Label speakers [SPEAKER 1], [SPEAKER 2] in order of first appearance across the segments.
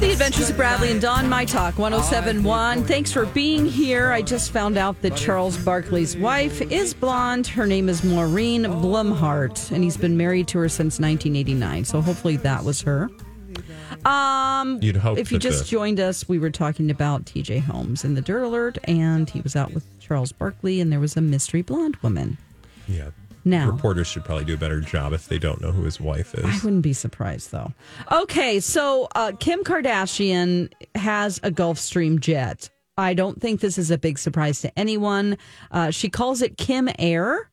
[SPEAKER 1] The Adventures of Bradley and Don, My Talk 1071. Thanks for being here. I just found out that Charles Barkley's wife is blonde. Her name is Maureen Blumhart, and he's been married to her since 1989. So hopefully that was her. Um,
[SPEAKER 2] You'd hope
[SPEAKER 1] if you
[SPEAKER 2] that
[SPEAKER 1] just
[SPEAKER 2] the-
[SPEAKER 1] joined us, we were talking about TJ Holmes in the Dirt Alert, and he was out with Charles Barkley, and there was a mystery blonde woman.
[SPEAKER 2] Yeah.
[SPEAKER 1] Now,
[SPEAKER 2] Reporters should probably do a better job if they don't know who his wife
[SPEAKER 1] I
[SPEAKER 2] is.
[SPEAKER 1] wouldn't be surprised though. Okay, so uh, Kim Kardashian has a Gulfstream jet. I don't think this is a big surprise to anyone. Uh, she calls it Kim Air,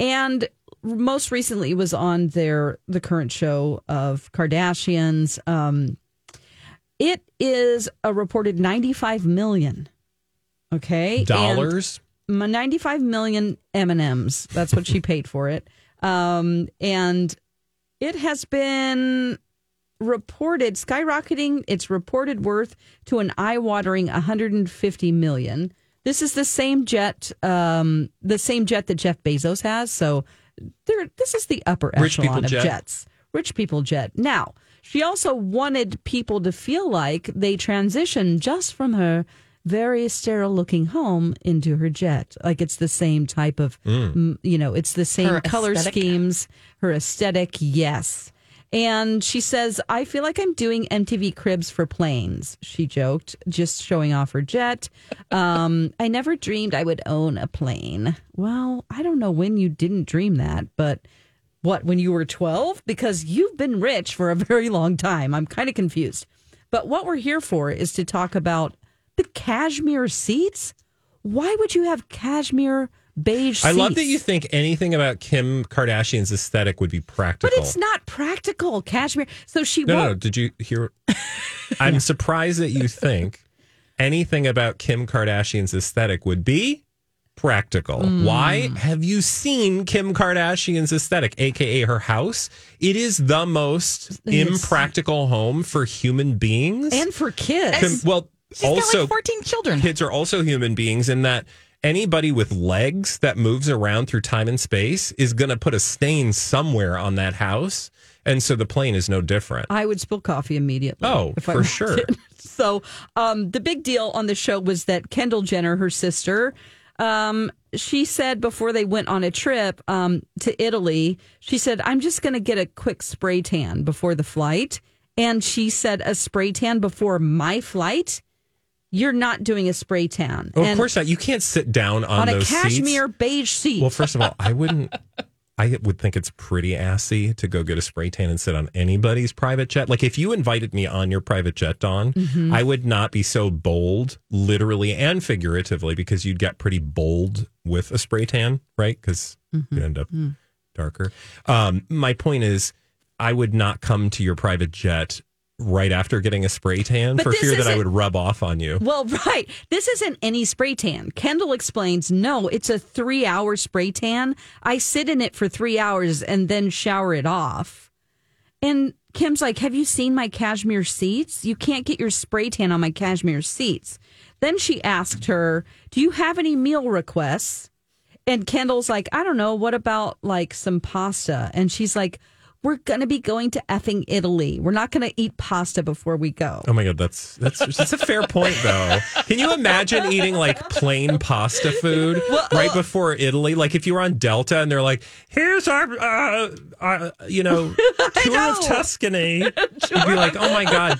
[SPEAKER 1] and most recently was on their the current show of Kardashians. Um, it is a reported ninety five million. Okay, and-
[SPEAKER 2] Dollars?
[SPEAKER 1] my 95 million M&Ms. That's what she paid for it. Um, and it has been reported skyrocketing its reported worth to an eye-watering 150 million. This is the same jet, um, the same jet that Jeff Bezos has. So there, this is the upper
[SPEAKER 2] Rich
[SPEAKER 1] echelon
[SPEAKER 2] people
[SPEAKER 1] of
[SPEAKER 2] jet.
[SPEAKER 1] jets. Rich people jet. Now, she also wanted people to feel like they transitioned just from her very sterile looking home into her jet. Like it's the same type of, mm, you know, it's the same
[SPEAKER 3] Her
[SPEAKER 1] color
[SPEAKER 3] aesthetic.
[SPEAKER 1] schemes, her aesthetic, yes. And she says, I feel like I'm doing MTV Cribs for planes, she joked, just showing off her jet. Um, I never dreamed I would own a plane. Well, I don't know when you didn't dream that, but what, when you were 12? Because you've been rich for a very long time. I'm kind of confused. But what we're here for is to talk about the cashmere seats. Why would you have cashmere beige
[SPEAKER 2] I
[SPEAKER 1] seats?
[SPEAKER 2] love that you think anything about Kim Kardashian's aesthetic would be practical.
[SPEAKER 1] But it's not practical, cashmere. So she
[SPEAKER 2] No, no, no.
[SPEAKER 1] won't.
[SPEAKER 2] Did you hear? I'm surprised that you think anything about Kim Kardashian's aesthetic would be practical.
[SPEAKER 1] Hmm.
[SPEAKER 2] Why? Have you seen Kim Kardashian's aesthetic, aka her house? It is the most impractical home for human beings.
[SPEAKER 1] And for kids.
[SPEAKER 2] Kim- well,
[SPEAKER 3] She's got
[SPEAKER 2] also
[SPEAKER 3] like 14 children.
[SPEAKER 2] kids are also human beings in that anybody with legs that moves around through time and space is going to put a stain somewhere on that house. And so the plane is no different.
[SPEAKER 1] I would spill coffee immediately.
[SPEAKER 2] Oh,
[SPEAKER 1] Oh, if I
[SPEAKER 2] for
[SPEAKER 1] walked
[SPEAKER 2] sure.
[SPEAKER 1] in. So um, the big deal on the show was that Kendall Jenner, her sister, um, she said before they went on a trip um, to Italy, she said, "I'm just going to get a quick spray tan before the flight." And she said, "A spray tan before my flight? You're not doing a spray tan."
[SPEAKER 2] Well, of
[SPEAKER 1] And
[SPEAKER 2] course not. You can't sit down on,
[SPEAKER 1] on a
[SPEAKER 2] those
[SPEAKER 1] cashmere
[SPEAKER 2] seats.
[SPEAKER 1] beige seat.
[SPEAKER 2] Well, first of all, I wouldn't. I would think it's pretty assy to go get a spray tan and sit on anybody's private jet. Like if you invited me on your private jet, Don,
[SPEAKER 1] Mm-hmm.
[SPEAKER 2] I would not be so bold, literally and figuratively, because you'd get pretty bold with a spray tan, right? Because
[SPEAKER 1] Mm-hmm.
[SPEAKER 2] you'd end up
[SPEAKER 1] Mm.
[SPEAKER 2] darker. Um, my point is, I would not come to your private jet right after getting a spray tan
[SPEAKER 1] But
[SPEAKER 2] for
[SPEAKER 1] this
[SPEAKER 2] fear that I
[SPEAKER 1] isn't-
[SPEAKER 2] would rub off on you.
[SPEAKER 1] Well, right. This isn't any spray tan. Kendall explains, no, it's a three hour spray tan. I sit in it for three hours and then shower it off. And Kim's like, have you seen my cashmere seats? You can't get your spray tan on my cashmere seats. Then she asked her, do you have any meal requests? And Kendall's like, I don't know. What about like some pasta? And she's like, we're going to be going to effing Italy. We're not going to eat pasta before we go.
[SPEAKER 2] Oh my god, that's that's that's a fair point though. Can you imagine eating like plain pasta food right before Italy? Like if you were on Delta and they're like, "Here's our, uh, uh you know, tour of Tuscany," you'd be like, "Oh my god,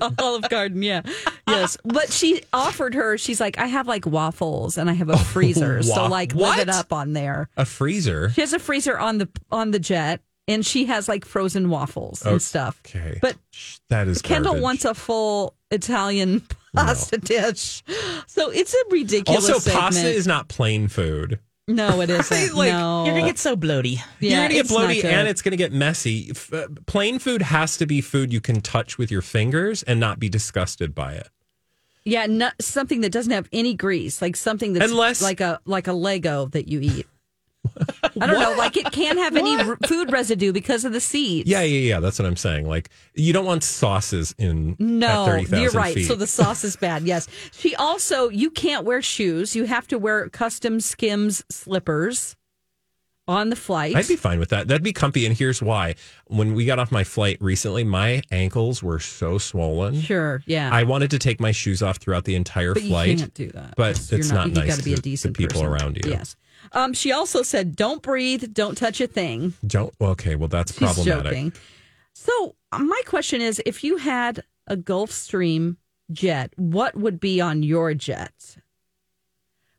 [SPEAKER 1] like Olive Garden, yeah, yes. But she offered her. She's like, I have like waffles and I have a freezer, so
[SPEAKER 2] Oh, wa-
[SPEAKER 1] like
[SPEAKER 2] what?
[SPEAKER 1] live it up on there.
[SPEAKER 2] a freezer.
[SPEAKER 1] She has a freezer on the on the jet, and she has like frozen waffles and stuff.
[SPEAKER 2] Okay,
[SPEAKER 1] but
[SPEAKER 2] Sh- that is
[SPEAKER 1] Kendall
[SPEAKER 2] garbage.
[SPEAKER 1] wants a full Italian pasta dish, so it's a ridiculous.
[SPEAKER 2] Also, pasta
[SPEAKER 1] segment.
[SPEAKER 2] is not plain food.
[SPEAKER 1] no, it isn't.
[SPEAKER 2] Like,
[SPEAKER 1] no,
[SPEAKER 3] You're going to get so bloaty.
[SPEAKER 1] Yeah,
[SPEAKER 2] You're gonna get
[SPEAKER 1] it's not
[SPEAKER 2] bloaty
[SPEAKER 1] good.
[SPEAKER 2] and it's gonna get messy. F- uh, plain food has to be food you can touch with your fingers and not be disgusted by it.
[SPEAKER 1] yeah, not, something that doesn't have any grease, like something that's
[SPEAKER 2] Unless-
[SPEAKER 1] like a like a Lego that you eat. I don't know, like it can't have any r- food residue because of the seeds.
[SPEAKER 2] Yeah, yeah, yeah. That's what I'm saying. Like, you don't want sauces in at
[SPEAKER 1] No,
[SPEAKER 2] 30,000
[SPEAKER 1] you're right.
[SPEAKER 2] feet.
[SPEAKER 1] So the sauce is bad. Yes. She also, you can't wear shoes. You have to wear custom Skims slippers. on the flight.
[SPEAKER 2] I'd be fine with that. That'd be comfy. And here's why. When we got off my flight recently, my ankles were so swollen.
[SPEAKER 1] sure. Yeah.
[SPEAKER 2] I wanted to take my shoes off throughout the entire
[SPEAKER 1] but you
[SPEAKER 2] flight.
[SPEAKER 1] can't do that.
[SPEAKER 2] but
[SPEAKER 1] It's- you're
[SPEAKER 2] it's not
[SPEAKER 1] you
[SPEAKER 2] nice
[SPEAKER 1] gotta be
[SPEAKER 2] to
[SPEAKER 1] a
[SPEAKER 2] the- the
[SPEAKER 1] decent
[SPEAKER 2] people
[SPEAKER 1] person.
[SPEAKER 2] around you.
[SPEAKER 1] Yes. Um, she also said, "Don't breathe. Don't touch a thing."
[SPEAKER 2] Don't. Okay. Well, that's
[SPEAKER 1] She's
[SPEAKER 2] problematic.
[SPEAKER 1] joking. So uh, my question is, if you had a Gulfstream jet, what would be on your jet?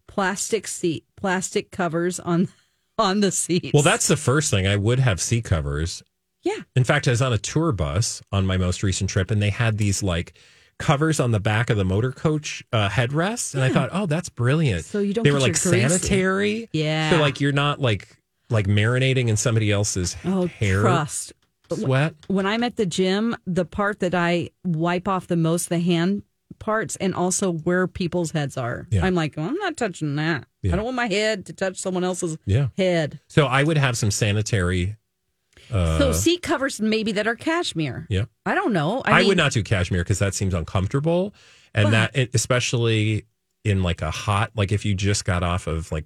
[SPEAKER 1] Plastic seat, plastic covers on on the seats.
[SPEAKER 2] Well, that's the first thing. I would have seat covers.
[SPEAKER 1] yeah.
[SPEAKER 2] In fact, I was on a tour bus on my most recent trip, and they had these like covers on the back of the motor coach uh, headrests, and I thought, oh, that's brilliant.
[SPEAKER 1] So you don't
[SPEAKER 2] They
[SPEAKER 1] get
[SPEAKER 2] were
[SPEAKER 1] your
[SPEAKER 2] like
[SPEAKER 1] greasy.
[SPEAKER 2] sanitary.
[SPEAKER 1] Yeah.
[SPEAKER 2] So like you're not like like marinating in somebody else's
[SPEAKER 1] Oh,
[SPEAKER 2] hair
[SPEAKER 1] trust.
[SPEAKER 2] sweat.
[SPEAKER 1] When I'm at the gym, the part that I wipe off the most, the hand parts, and also where people's heads are.
[SPEAKER 2] Yeah.
[SPEAKER 1] I'm like, well, I'm not touching that.
[SPEAKER 2] Yeah.
[SPEAKER 1] I don't want my head to touch someone else's
[SPEAKER 2] Yeah.
[SPEAKER 1] head.
[SPEAKER 2] So I would have some sanitary. Uh,
[SPEAKER 1] so seat covers maybe that are cashmere.
[SPEAKER 2] yeah.
[SPEAKER 1] I don't know.
[SPEAKER 2] I,
[SPEAKER 1] I, mean,
[SPEAKER 2] would not do cashmere because that seems uncomfortable, and that it- especially in like a hot like if you just got off of like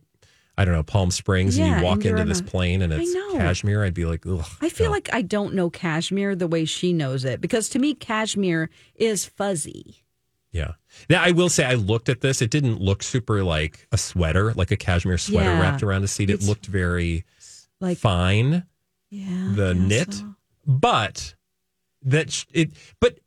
[SPEAKER 2] I don't know Palm Springs and
[SPEAKER 1] Yeah,
[SPEAKER 2] you walk
[SPEAKER 1] and you're
[SPEAKER 2] into
[SPEAKER 1] in
[SPEAKER 2] this
[SPEAKER 1] a-
[SPEAKER 2] plane and
[SPEAKER 1] I
[SPEAKER 2] it's
[SPEAKER 1] know.
[SPEAKER 2] cashmere, I'd be like, ugh.
[SPEAKER 1] I feel
[SPEAKER 2] no.
[SPEAKER 1] like I don't know cashmere the way she knows it because to me, cashmere is fuzzy.
[SPEAKER 2] yeah. Now I will say I looked at this; it didn't look super like a sweater, like a cashmere sweater
[SPEAKER 1] Yeah.
[SPEAKER 2] wrapped around a seat. It
[SPEAKER 1] It's-
[SPEAKER 2] looked very
[SPEAKER 1] Like,
[SPEAKER 2] fine.
[SPEAKER 1] yeah. I
[SPEAKER 2] the
[SPEAKER 1] guess
[SPEAKER 2] knit,
[SPEAKER 1] so.
[SPEAKER 2] but that sh- it. But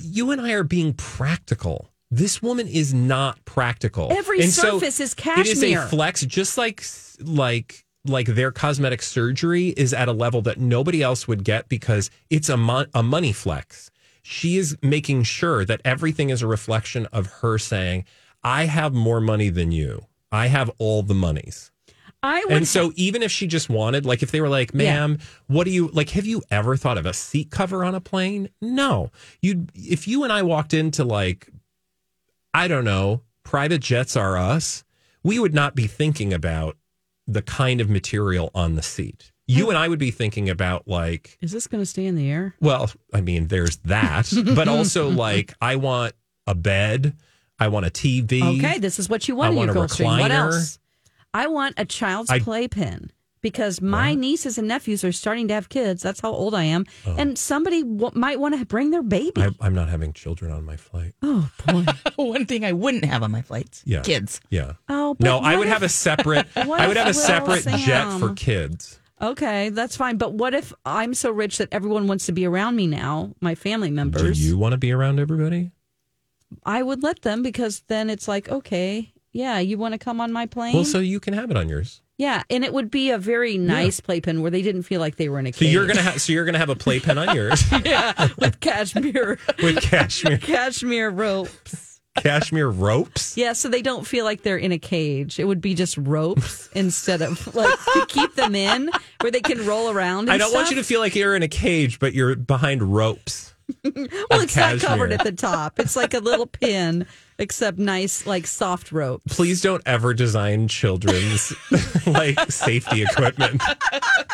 [SPEAKER 2] you and I are being practical. This woman is not practical.
[SPEAKER 1] Every
[SPEAKER 2] And so-
[SPEAKER 1] surface is
[SPEAKER 2] It
[SPEAKER 1] cashmere.
[SPEAKER 2] is a flex, just like like like their cosmetic surgery is at a level that nobody else would get because it's a mon- a money flex. She is making sure that everything is a reflection of her saying, "I have more money than you. I have all the monies."
[SPEAKER 1] I would
[SPEAKER 2] And so even if she just wanted, like if they were like, ma'am, what do you like, have you ever thought of a seat cover on a plane? No. You'd if you and I walked into like, I don't know, private jets are us, we would not be thinking about the kind of material on the seat. You and I would be thinking about like
[SPEAKER 1] Is this going to stay in the air?
[SPEAKER 2] well, I mean, there's that, but also like I want a bed, I want a TV.
[SPEAKER 1] Okay, this is what you
[SPEAKER 2] I
[SPEAKER 1] want in
[SPEAKER 2] want
[SPEAKER 1] your
[SPEAKER 2] a
[SPEAKER 1] Gulfstream. What
[SPEAKER 2] recliner.
[SPEAKER 1] else? I want a child's
[SPEAKER 2] I-
[SPEAKER 1] playpen because my nieces and nephews are starting to have kids. That's how old I am, and somebody w- might want to bring their baby.
[SPEAKER 2] Oh. I, I'm not having children on my flight.
[SPEAKER 1] oh boy!
[SPEAKER 3] One thing I wouldn't have on my flights.
[SPEAKER 2] Yeah.
[SPEAKER 3] Kids.
[SPEAKER 2] Yeah.
[SPEAKER 1] Oh, but
[SPEAKER 2] No, I
[SPEAKER 1] what
[SPEAKER 2] would
[SPEAKER 1] if-
[SPEAKER 2] have a separate.
[SPEAKER 1] What
[SPEAKER 2] I would
[SPEAKER 1] if
[SPEAKER 2] have a
[SPEAKER 1] Little
[SPEAKER 2] separate jet for
[SPEAKER 1] Sam-
[SPEAKER 2] kids.
[SPEAKER 1] Okay, that's fine. But what if I'm so rich that everyone wants to be around me now? My family
[SPEAKER 2] Do
[SPEAKER 1] members.
[SPEAKER 2] you want to be around everybody?
[SPEAKER 1] I would let them because then it's like, okay, yeah, you want to come on my plane?
[SPEAKER 2] Well, so you can have it on yours.
[SPEAKER 1] yeah, and it would be a very nice playpen where they didn't feel like they were in a
[SPEAKER 2] So
[SPEAKER 1] cage.
[SPEAKER 2] you're gonna have. So you're gonna have a playpen on yours
[SPEAKER 1] yeah, with cashmere
[SPEAKER 2] with cashmere
[SPEAKER 1] cashmere ropes.
[SPEAKER 2] cashmere ropes.
[SPEAKER 1] Yeah, so they don't feel like they're in a cage. It would be just ropes instead of like to keep them in where they can roll around. And
[SPEAKER 2] I don't want you to
[SPEAKER 1] stuff.
[SPEAKER 2] feel like you're in a cage, but you're behind ropes.
[SPEAKER 1] Well,
[SPEAKER 2] of
[SPEAKER 1] it's not covered
[SPEAKER 2] cashmere.
[SPEAKER 1] at the top. It's like a little pin, except nice, like soft rope.
[SPEAKER 2] Please don't ever design children's like safety equipment.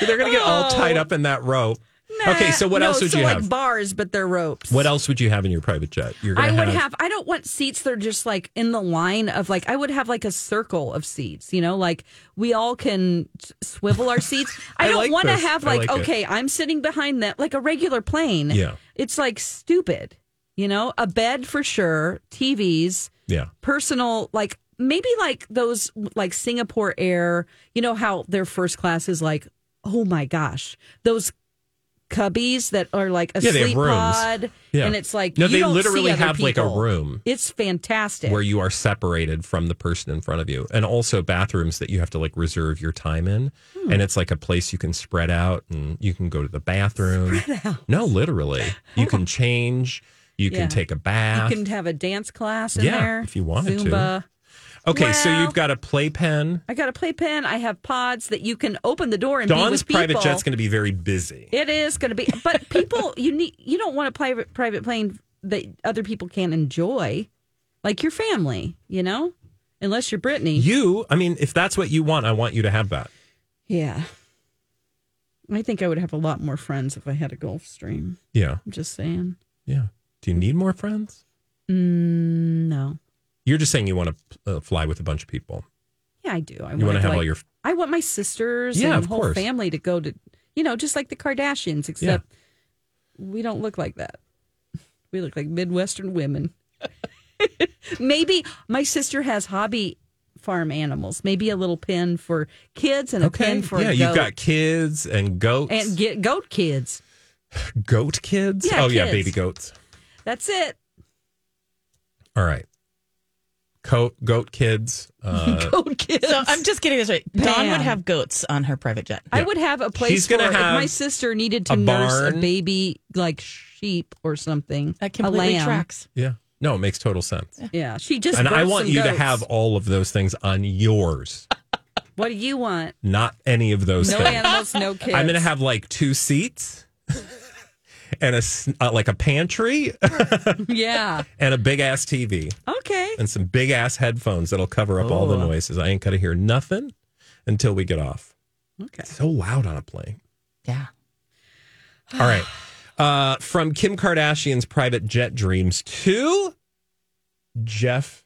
[SPEAKER 2] They're gonna get all tied up in that rope. okay, so what
[SPEAKER 1] Oh. No,
[SPEAKER 2] else would
[SPEAKER 1] so
[SPEAKER 2] you
[SPEAKER 1] like
[SPEAKER 2] have?
[SPEAKER 1] Bars, but they're ropes.
[SPEAKER 2] what else would you have in your private jet? You're
[SPEAKER 1] I would have. I don't want seats that are just like in the line of like. I would have like a circle of seats. You know, like we all can s- swivel our seats. I,
[SPEAKER 2] I
[SPEAKER 1] don't
[SPEAKER 2] like
[SPEAKER 1] want to
[SPEAKER 2] this.
[SPEAKER 1] have
[SPEAKER 2] I
[SPEAKER 1] like,
[SPEAKER 2] like it.
[SPEAKER 1] okay, I'm sitting behind that like a regular plane.
[SPEAKER 2] Yeah.
[SPEAKER 1] it's like stupid. You know, a bed for sure, TVs,
[SPEAKER 2] Yeah.
[SPEAKER 1] personal like maybe like those like Singapore Air. You know how their first class is like. Oh my gosh, those cubbies that are like a
[SPEAKER 2] Yeah, they have
[SPEAKER 1] sleep
[SPEAKER 2] rooms.
[SPEAKER 1] pod,
[SPEAKER 2] Yeah.
[SPEAKER 1] and it's like
[SPEAKER 2] No,
[SPEAKER 1] you
[SPEAKER 2] they
[SPEAKER 1] don't see
[SPEAKER 2] literally
[SPEAKER 1] other
[SPEAKER 2] have, like, a
[SPEAKER 1] people.
[SPEAKER 2] room.
[SPEAKER 1] It's fantastic.
[SPEAKER 2] where you are separated from the person in front of you and also bathrooms that you have to like reserve your time in
[SPEAKER 1] Hmm.
[SPEAKER 2] and it's like a place you can spread out and you can go to the bathroom no literally you can change you
[SPEAKER 1] Yeah.
[SPEAKER 2] can take a
[SPEAKER 1] You
[SPEAKER 2] bath
[SPEAKER 1] can have a dance class in
[SPEAKER 2] Yeah,
[SPEAKER 1] there
[SPEAKER 2] if you wanted to.
[SPEAKER 1] Zumba.
[SPEAKER 2] okay so
[SPEAKER 1] well-
[SPEAKER 2] you've got a playpen
[SPEAKER 1] I got a playpen. I have pods that you can open the door and be
[SPEAKER 2] dawn's
[SPEAKER 1] with
[SPEAKER 2] private
[SPEAKER 1] people.
[SPEAKER 2] jet's going to be very busy
[SPEAKER 1] It is going to be, but people, you need you don't want a private private plane that other people can't enjoy, like your family, you know, unless you're Brittany.
[SPEAKER 2] you i mean if that's what you want i want you to have that
[SPEAKER 1] yeah, I think I would have a lot more friends if I had a Gulf Stream.
[SPEAKER 2] yeah
[SPEAKER 1] I'm just saying.
[SPEAKER 2] yeah do you need more friends
[SPEAKER 1] No, Mm,
[SPEAKER 2] you're just saying you want to uh, fly with a bunch of people
[SPEAKER 1] yeah, I do. I
[SPEAKER 2] you
[SPEAKER 1] want to
[SPEAKER 2] have
[SPEAKER 1] like,
[SPEAKER 2] all your
[SPEAKER 1] I want my sisters
[SPEAKER 2] Yeah,
[SPEAKER 1] and
[SPEAKER 2] of
[SPEAKER 1] whole
[SPEAKER 2] course.
[SPEAKER 1] family to go to, you know, just like the Kardashians, except we don't look like that. We look like Midwestern women. Maybe my sister has hobby farm animals. Maybe a little pen for kids and a pen for
[SPEAKER 2] yeah,
[SPEAKER 1] a
[SPEAKER 2] you've
[SPEAKER 1] goat.
[SPEAKER 2] got kids and goats.
[SPEAKER 1] and get goat kids.
[SPEAKER 2] goat kids?
[SPEAKER 1] Yeah,
[SPEAKER 2] oh, yeah,
[SPEAKER 1] kids.
[SPEAKER 2] baby goats.
[SPEAKER 1] That's it.
[SPEAKER 2] All right. Co- goat kids. Uh,
[SPEAKER 1] Goat kids.
[SPEAKER 3] So I'm just getting this right. Dawn
[SPEAKER 1] Pam.
[SPEAKER 3] would have goats on her private jet.
[SPEAKER 1] I would have a place
[SPEAKER 2] She's
[SPEAKER 1] for
[SPEAKER 2] gonna
[SPEAKER 1] if
[SPEAKER 2] have
[SPEAKER 1] my sister needed to
[SPEAKER 2] a
[SPEAKER 1] nurse a
[SPEAKER 2] barn.
[SPEAKER 1] baby like sheep or something.
[SPEAKER 3] That
[SPEAKER 1] a
[SPEAKER 3] completely
[SPEAKER 1] lamb.
[SPEAKER 3] tracks.
[SPEAKER 2] yeah. No, it makes total sense.
[SPEAKER 1] Yeah, she just.
[SPEAKER 2] And I
[SPEAKER 1] birthed
[SPEAKER 2] want
[SPEAKER 1] some
[SPEAKER 2] you to
[SPEAKER 1] goats.
[SPEAKER 2] have all of those things on yours,
[SPEAKER 1] What do you want?
[SPEAKER 2] not any of those
[SPEAKER 1] No
[SPEAKER 2] things.
[SPEAKER 1] animals, no kids.
[SPEAKER 2] I'm going to have like two seats and a s- uh, like a pantry
[SPEAKER 1] Yeah.
[SPEAKER 2] and a big ass TV
[SPEAKER 1] Okay.
[SPEAKER 2] and some big ass headphones that'll cover up all the
[SPEAKER 3] Oh.
[SPEAKER 2] noises. I ain't going to hear nothing until we get off.
[SPEAKER 1] Okay.
[SPEAKER 2] So loud on a plane.
[SPEAKER 3] Yeah.
[SPEAKER 2] All right. Uh, from Kim Kardashian's private jet dreams to Jeff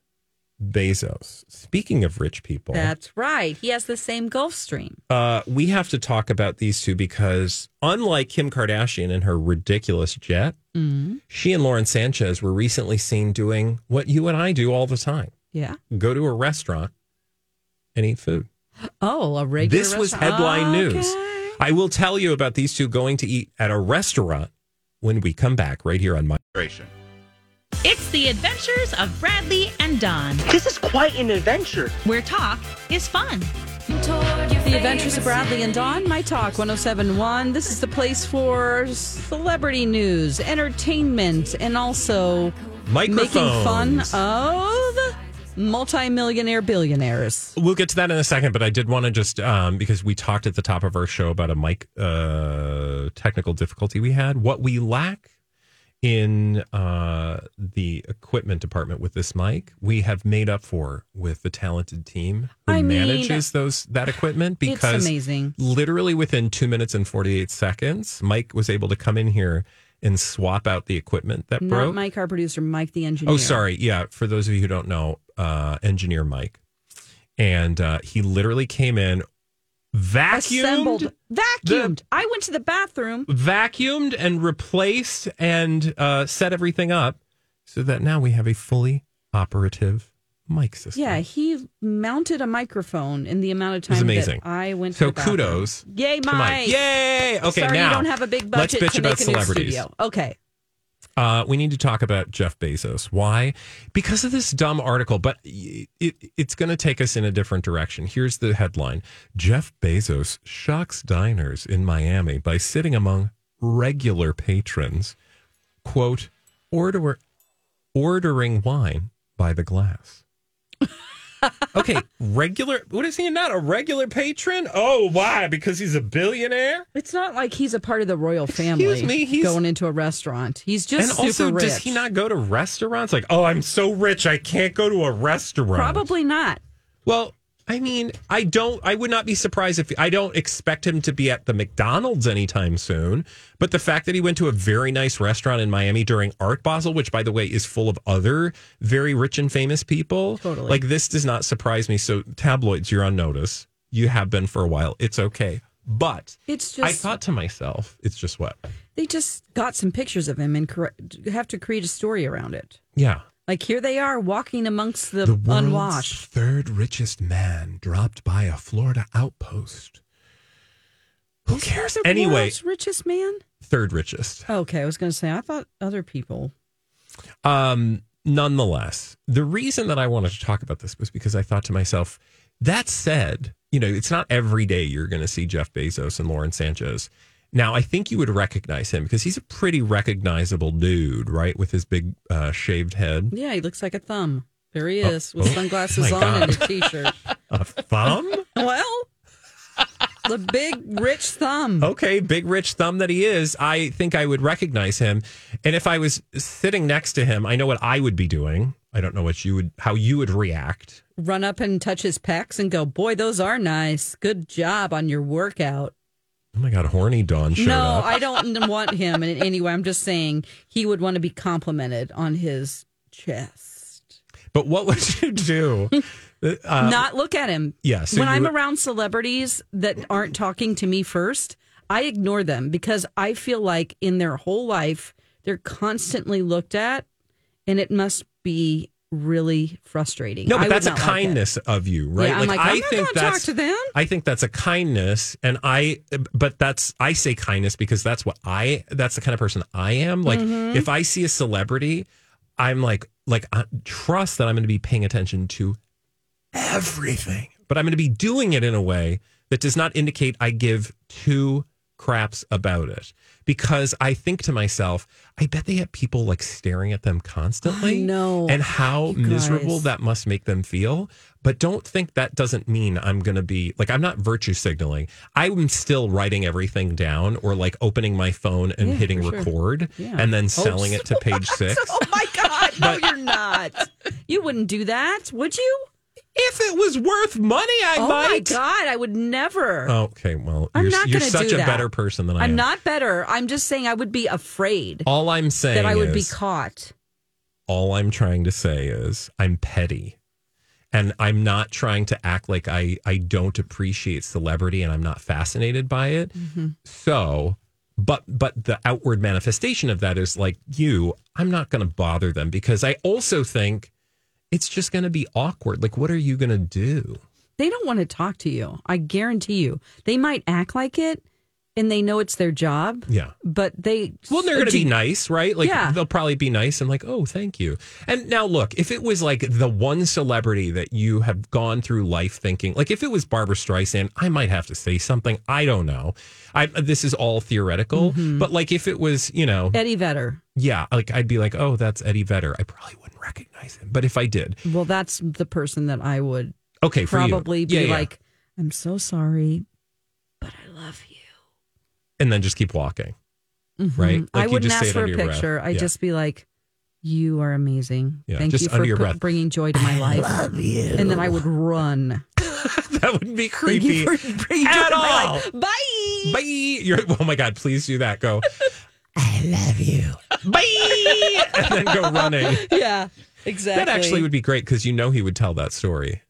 [SPEAKER 2] Bezos. Speaking of rich people,
[SPEAKER 1] That's right. He has the same Gulf Stream.
[SPEAKER 2] uh, we have to talk about these two because, unlike Kim Kardashian and her ridiculous jet, she and Lauren Sanchez were recently seen doing what you and I do all the time
[SPEAKER 1] Yeah.
[SPEAKER 2] go to a restaurant and eat food.
[SPEAKER 1] Oh, a regular.
[SPEAKER 2] This was
[SPEAKER 1] restaurant.
[SPEAKER 2] headline
[SPEAKER 1] Okay.
[SPEAKER 2] news. I will tell you about these two going to eat at a restaurant when we come back right here on my.
[SPEAKER 4] It's the adventures of Bradley and Don,
[SPEAKER 5] This is quite an adventure.
[SPEAKER 4] where talk is fun.
[SPEAKER 1] The Adventures of Bradley and Dawn, My Talk 1071. This is the place for celebrity news, entertainment, and also making
[SPEAKER 2] Microphones.
[SPEAKER 1] fun of multimillionaire billionaires.
[SPEAKER 2] We'll get to that in a second, but I did want to just um, because we talked at the top of our show about a mic uh, technical difficulty we had. What we lack in uh, the equipment department with this mic, we have made up for with the talented team who
[SPEAKER 1] I mean,
[SPEAKER 2] manages those that equipment. Because
[SPEAKER 1] it's amazing.
[SPEAKER 2] literally within two minutes and forty eight seconds, Mike was able to come in here and swap out the equipment that
[SPEAKER 1] Not
[SPEAKER 2] broke.
[SPEAKER 1] Mike, our producer, Mike the engineer.
[SPEAKER 2] Oh, sorry. Yeah. For those of you who don't know, uh, engineer Mike. And uh, he literally came in, vacuumed,
[SPEAKER 1] Assembled, vacuumed. I went to the bathroom.
[SPEAKER 2] vacuumed and replaced and uh, set everything up so that now we have a fully operative mic system.
[SPEAKER 1] Yeah, he mounted a microphone in the amount of time
[SPEAKER 2] amazing.
[SPEAKER 1] that I went. to
[SPEAKER 2] So
[SPEAKER 1] the bathroom.
[SPEAKER 2] kudos
[SPEAKER 1] Yay, Mike!
[SPEAKER 2] To Mike. Yay. Okay.
[SPEAKER 1] Sorry,
[SPEAKER 2] now
[SPEAKER 1] you don't have a big
[SPEAKER 2] let's
[SPEAKER 1] budget
[SPEAKER 2] bitch
[SPEAKER 1] to
[SPEAKER 2] about
[SPEAKER 1] make a
[SPEAKER 2] celebrities.
[SPEAKER 1] new studio. Okay,
[SPEAKER 2] Uh, we need to talk about Jeff Bezos. Why? Because of this dumb article, but it, it's going to take us in a different direction. Here's the headline Jeff Bezos shocks diners in Miami by sitting among regular patrons, quote, order, ordering wine by the glass. okay, regular. What is he? Not a regular patron? Oh, why? Because he's a billionaire?
[SPEAKER 1] it's not like he's a part of the royal family.
[SPEAKER 2] me, he's-
[SPEAKER 1] going into a restaurant. He's just
[SPEAKER 2] and
[SPEAKER 1] super
[SPEAKER 2] also,
[SPEAKER 1] rich.
[SPEAKER 2] does he not go to restaurants? Like, oh, I'm so rich, I can't go to a restaurant.
[SPEAKER 1] Probably not.
[SPEAKER 2] Well, I mean, I don't. I would not be surprised if I don't expect him to be at the McDonald's anytime soon. But the fact that he went to a very nice restaurant in Miami during Art Basel, which by the way is full of other very rich and famous people,
[SPEAKER 1] Totally.
[SPEAKER 2] Like this does not surprise me. So tabloids, you're on notice. You have been for a while. It's okay. But
[SPEAKER 1] It's just
[SPEAKER 2] I thought to myself, it's just what?
[SPEAKER 1] they just got some pictures of him and cor- have to create a story around it.
[SPEAKER 2] Yeah.
[SPEAKER 1] Like here they are walking amongst the,
[SPEAKER 2] world's
[SPEAKER 1] unwashed.
[SPEAKER 2] Third richest man dropped by a Florida outpost. Who cares?
[SPEAKER 1] The
[SPEAKER 2] Anyway,
[SPEAKER 1] world's richest man.
[SPEAKER 2] third richest.
[SPEAKER 1] Okay, I was going to say I thought other people.
[SPEAKER 2] Um, nonetheless, the reason that I wanted to talk about this was because I thought to myself, that said, you know, it's not every day you're going to see Jeff Bezos and Lauren Sanchez. Now, I think you would recognize him because he's a pretty recognizable dude, right? With his big uh, shaved head,
[SPEAKER 1] Yeah, he looks like a thumb. There he is with
[SPEAKER 2] oh,
[SPEAKER 1] sunglasses
[SPEAKER 2] my
[SPEAKER 1] on
[SPEAKER 2] God.
[SPEAKER 1] and a t-shirt.
[SPEAKER 2] a thumb.
[SPEAKER 1] well, the big rich thumb.
[SPEAKER 2] okay, big rich thumb that he is, I think I would recognize him. And if I was sitting next to him, I know what I would be doing. I don't know what you would, how you would react.
[SPEAKER 1] Run up and touch his pecs and go, "Boy, those are nice. Good job on your workout."
[SPEAKER 2] Oh my God, horny Dawn showed
[SPEAKER 1] no,
[SPEAKER 2] up.
[SPEAKER 1] I don't want him in any way. I'm just saying he would want to be complimented on his chest.
[SPEAKER 2] But what would you do? Um, Uh,
[SPEAKER 1] Not look at him.
[SPEAKER 2] yeah, so
[SPEAKER 1] when
[SPEAKER 2] you
[SPEAKER 1] I'm
[SPEAKER 2] would-
[SPEAKER 1] around celebrities that aren't talking to me first, I ignore them because I feel like in their whole life, they're constantly looked at and it must be really frustrating.
[SPEAKER 2] No,
[SPEAKER 1] I
[SPEAKER 2] but
[SPEAKER 1] would
[SPEAKER 2] that's a
[SPEAKER 1] not like it.
[SPEAKER 2] kindness of you, right?
[SPEAKER 1] Yeah, I'm like, I'm not gonna talk to them.
[SPEAKER 2] I think that's a kindness, and I, but that's I say kindness because that's what I. That's the kind of person I am. Like,
[SPEAKER 1] Mm-hmm.
[SPEAKER 2] if I see a celebrity, I'm like, like I trust that I'm going to be paying attention to everything, but I'm going to be doing it in a way that does not indicate I give two craps about it. Because I think to myself, I bet they have people like staring at them constantly.
[SPEAKER 1] I know.
[SPEAKER 2] And how
[SPEAKER 1] You
[SPEAKER 2] miserable
[SPEAKER 1] guys.
[SPEAKER 2] that must make them feel. But don't think that doesn't mean I'm going to be like, I'm not virtue signaling. I'm still writing everything down or like opening my phone and hitting record and then selling it to page six.
[SPEAKER 1] Oh my God. No, you're not. You wouldn't do that, would you?
[SPEAKER 2] If it was worth money, I
[SPEAKER 1] Oh
[SPEAKER 2] might. Oh,
[SPEAKER 1] my God. I would never.
[SPEAKER 2] Okay, well,
[SPEAKER 1] I'm
[SPEAKER 2] you're,
[SPEAKER 1] not
[SPEAKER 2] you're
[SPEAKER 1] gonna
[SPEAKER 2] such
[SPEAKER 1] do
[SPEAKER 2] a
[SPEAKER 1] that.
[SPEAKER 2] better person than I
[SPEAKER 1] I'm
[SPEAKER 2] am.
[SPEAKER 1] not better. I'm just saying I would be afraid
[SPEAKER 2] All I'm saying
[SPEAKER 1] that I would be
[SPEAKER 2] is,
[SPEAKER 1] caught.
[SPEAKER 2] all I'm trying to say is, I'm petty, and I'm not trying to act like I I don't appreciate celebrity and I'm not fascinated by it. So. But but the outward manifestation of that is like you, I'm not going to bother them because I also think it's just going to be awkward. Like, what are you going to do?
[SPEAKER 1] They don't want to talk to you. I guarantee you. They might act like it and they know it's their job,
[SPEAKER 2] Yeah.
[SPEAKER 1] but they.
[SPEAKER 2] Well, they're going to be nice, right? Like
[SPEAKER 1] Yeah.
[SPEAKER 2] they'll probably be nice and like, oh, thank you. And now look, if it was like the one celebrity that you have gone through life thinking, like if it was Barbara Streisand, I might have to say something. I don't know. I this is all theoretical,
[SPEAKER 1] Mm-hmm.
[SPEAKER 2] but like if it was, you know,
[SPEAKER 1] Eddie Vedder.
[SPEAKER 2] yeah, like I'd be like, oh, that's Eddie Vedder. I probably wouldn't recognize him, but if I did,
[SPEAKER 1] Well, that's the person that I would
[SPEAKER 2] okay, for you.
[SPEAKER 1] probably be
[SPEAKER 2] Yeah, yeah.
[SPEAKER 1] like, I'm so sorry, but I love you.
[SPEAKER 2] and then just keep walking, right?
[SPEAKER 1] Mm-hmm. I
[SPEAKER 2] Like, you
[SPEAKER 1] wouldn't
[SPEAKER 2] just say
[SPEAKER 1] ask
[SPEAKER 2] it
[SPEAKER 1] for a
[SPEAKER 2] under your breath.
[SPEAKER 1] picture. I'd
[SPEAKER 2] Yeah.
[SPEAKER 1] just be like, you are amazing.
[SPEAKER 2] Yeah,
[SPEAKER 1] Thank
[SPEAKER 2] just
[SPEAKER 1] you for
[SPEAKER 2] under your
[SPEAKER 1] put-
[SPEAKER 2] breath.
[SPEAKER 1] bringing joy to my life. And then I would run.
[SPEAKER 2] that would be
[SPEAKER 1] Thank
[SPEAKER 2] creepy.
[SPEAKER 1] you for bringing joy
[SPEAKER 2] At
[SPEAKER 1] to my
[SPEAKER 2] all.
[SPEAKER 1] life. Bye.
[SPEAKER 2] Bye. You're, oh my God, please do that. Go, I love you. Bye. and then go running.
[SPEAKER 1] Yeah, exactly.
[SPEAKER 2] That actually would be great because you know he would tell that story,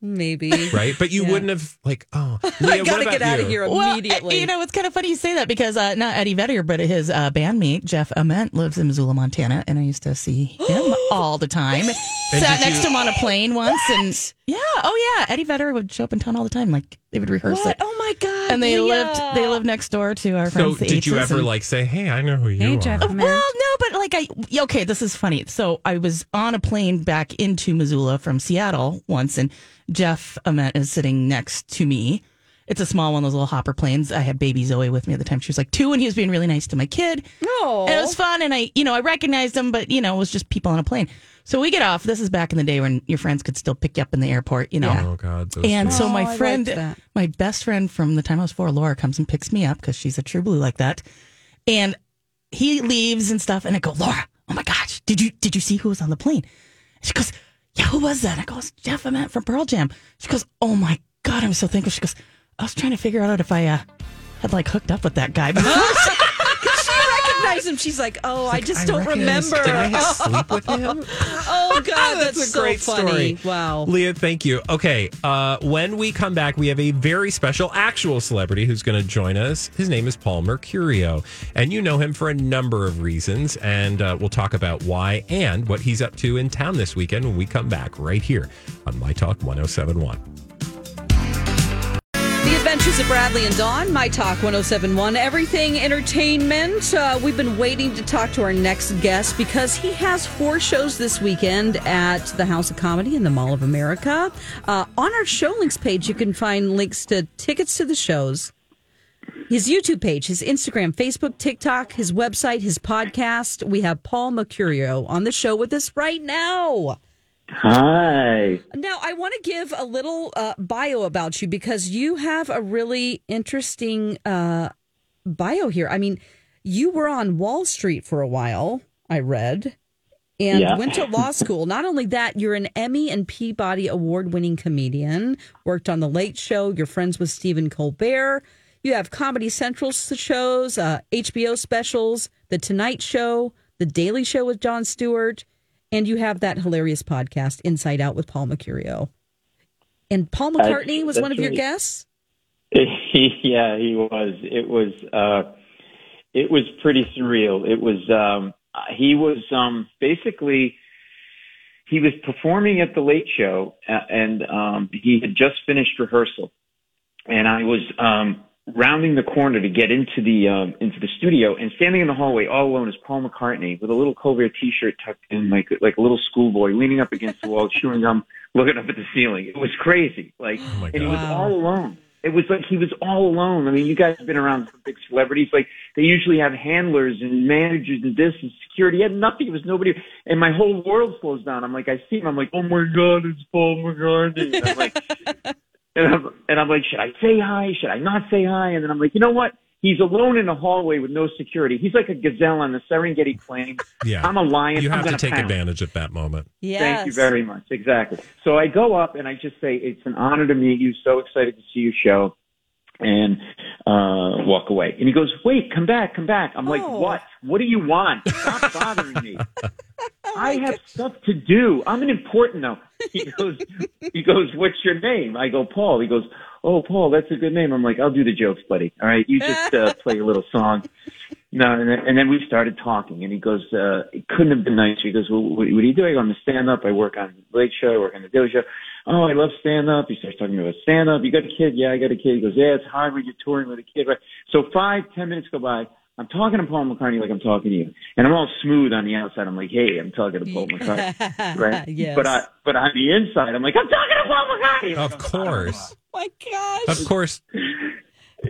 [SPEAKER 1] maybe
[SPEAKER 2] right? But you
[SPEAKER 1] Yeah.
[SPEAKER 2] wouldn't have, like, oh, Leah, what
[SPEAKER 1] gotta
[SPEAKER 2] about
[SPEAKER 1] get out
[SPEAKER 2] you?
[SPEAKER 1] of here
[SPEAKER 3] Well,
[SPEAKER 1] immediately.
[SPEAKER 3] you know, it's kind of funny you say that because uh, not Eddie Vedder, but his uh, bandmate, Jeff Ament, lives in Missoula, Montana, and I used to see him all the time. Sat
[SPEAKER 2] did
[SPEAKER 3] next to him on a plane once, and yeah, oh yeah, Eddie Vedder would show up in town all the time. Like they would rehearse
[SPEAKER 1] what?
[SPEAKER 3] it.
[SPEAKER 1] Oh my god!
[SPEAKER 3] and they
[SPEAKER 1] Leah.
[SPEAKER 3] lived they lived next door to our
[SPEAKER 2] So,
[SPEAKER 3] friends. the
[SPEAKER 2] did you
[SPEAKER 3] Aitches,
[SPEAKER 2] ever,
[SPEAKER 3] and-
[SPEAKER 2] like, say, hey, I know who you
[SPEAKER 1] Hey,
[SPEAKER 2] are?
[SPEAKER 1] Jeff.
[SPEAKER 3] Well, no, but like I yeah, okay, this is funny. So I was on a plane back into Missoula from Seattle once, and Jeff Ament is sitting next to me. It's a small one, those little hopper planes. I had baby Zoe with me at the time. She was like two, and he was being really nice to my kid.
[SPEAKER 1] Aw.
[SPEAKER 3] And it was fun, and I, you know, I recognized him, but you know, it was just people on a plane. So we get off. This is back in the day when your friends could still pick you up in the airport, you know.
[SPEAKER 2] Oh, God. those
[SPEAKER 3] And
[SPEAKER 2] days.
[SPEAKER 3] so
[SPEAKER 1] Oh, I
[SPEAKER 3] my
[SPEAKER 1] liked
[SPEAKER 3] friend,
[SPEAKER 1] that.
[SPEAKER 3] my best friend from the time I was four, Laura, comes and picks me up because she's a true blue like that. And he leaves and stuff, and I go, Laura, oh my gosh, did you did you see who was on the plane? She goes, Yeah, who was that? I go, "It's Jeff Ament from Pearl Jam. She goes, Oh my god, I'm so thankful. She goes, I was trying to figure out if I uh, had like hooked up with that guy.
[SPEAKER 1] she recognized him. She's like, "Oh, I just don't
[SPEAKER 2] recognize-
[SPEAKER 1] remember."
[SPEAKER 2] Did I have
[SPEAKER 1] Oh,
[SPEAKER 2] sleep with him?
[SPEAKER 1] oh, god, that's,
[SPEAKER 2] That's a
[SPEAKER 1] so
[SPEAKER 2] great
[SPEAKER 1] funny.
[SPEAKER 2] story.
[SPEAKER 1] Wow.
[SPEAKER 2] Leah, thank you. Okay, uh, when we come back, we have a very special actual celebrity who's going to join us. His name is Paul Mercurio, and you know him for a number of reasons, and uh, we'll talk about why and what he's up to in town this weekend when we come back right here on My Talk 1071.
[SPEAKER 1] The Adventures of Bradley and Dawn, My Talk 1071, Everything Entertainment. Uh, we've been waiting to talk to our next guest because he has four shows this weekend at the House of Comedy in the Mall of America. Uh, on our show links page, you can find links to tickets to the shows, his YouTube page, his Instagram, Facebook, TikTok, his website, his podcast. We have Paul Mercurio on the show with us right now.
[SPEAKER 5] Hi.
[SPEAKER 1] Now, I want to give a little uh, bio about you because you have a really interesting uh, bio here. I mean, you were on Wall Street for a while, I read, and
[SPEAKER 5] Yeah.
[SPEAKER 1] went to law school. Not only that, you're an Emmy and Peabody award winning comedian, worked on The Late Show, you're friends with Stephen Colbert. You have Comedy Central s- shows, uh, HBO specials, The Tonight Show, The Daily Show with Jon Stewart, And you have that hilarious podcast, Inside Out with Paul Mercurio. And Paul McCartney was
[SPEAKER 5] that's
[SPEAKER 1] one of your
[SPEAKER 5] right.
[SPEAKER 1] guests.
[SPEAKER 5] yeah, he was. It was. Uh, it was pretty surreal. It was. Um, he was um, basically. He was performing at the Late Show, uh, and um, he had just finished rehearsal, and I was um, rounding the corner to get into the um, into the studio, and standing in the hallway all alone is Paul McCartney with a little Colbert T-shirt tucked in, like like a little schoolboy, leaning up against the wall, chewing gum, looking up at the ceiling. It was crazy. Like,
[SPEAKER 2] Oh my
[SPEAKER 5] and he
[SPEAKER 2] God.
[SPEAKER 5] was all alone. It was like he was all alone. I mean, you guys have been around some big celebrities. Like they usually have handlers and managers and this and security. He had nothing. It was nobody. And my whole world slows down. I'm like, I see him. I'm like, oh my god, it's Paul McCartney. And I'm like, and I'm, and I'm like, should I say hi? Should I not say hi? And then I'm like, you know what? He's alone in a hallway with no security. He's like a gazelle on the Serengeti plain.
[SPEAKER 2] Yeah.
[SPEAKER 5] I'm a lion.
[SPEAKER 2] you
[SPEAKER 5] I'm
[SPEAKER 2] have to
[SPEAKER 5] gonna
[SPEAKER 2] take
[SPEAKER 5] pounce.
[SPEAKER 2] advantage of that moment.
[SPEAKER 1] Yes.
[SPEAKER 5] Thank you very much. Exactly. So I go up and I just say, it's an honor to meet you. So excited to see your show and uh, walk away. And he goes, wait, come back, come back. I'm like,
[SPEAKER 1] Oh.
[SPEAKER 5] what? What do you want? Stop bothering me.
[SPEAKER 1] Oh
[SPEAKER 5] I have stuff to do. I'm an important though. He goes, he goes, what's your name? I go, Paul. He goes, oh, Paul, that's a good name. I'm like, I'll do the jokes, buddy. All right. You just uh, play a little song. No, and then, and then we started talking, and he goes, uh, it couldn't have been nicer. He goes, well, what, what do you do? I go, I'm a stand-up. I work on the Late Show. I work on the Daily Show. Oh, I love stand-up. He starts talking about stand-up. You got a kid? Yeah, I got a kid. He goes, yeah, it's hard when you're touring with a kid. Right? So five, ten minutes go by. I'm talking to Paul McCartney like I'm talking to you, and I'm all smooth on the outside. I'm like, hey, I'm talking to Paul McCartney, right?
[SPEAKER 1] Yes.
[SPEAKER 5] But I, but on the inside, I'm like, I'm talking to Paul McCartney.
[SPEAKER 2] Of course.
[SPEAKER 1] My gosh.
[SPEAKER 2] Of course.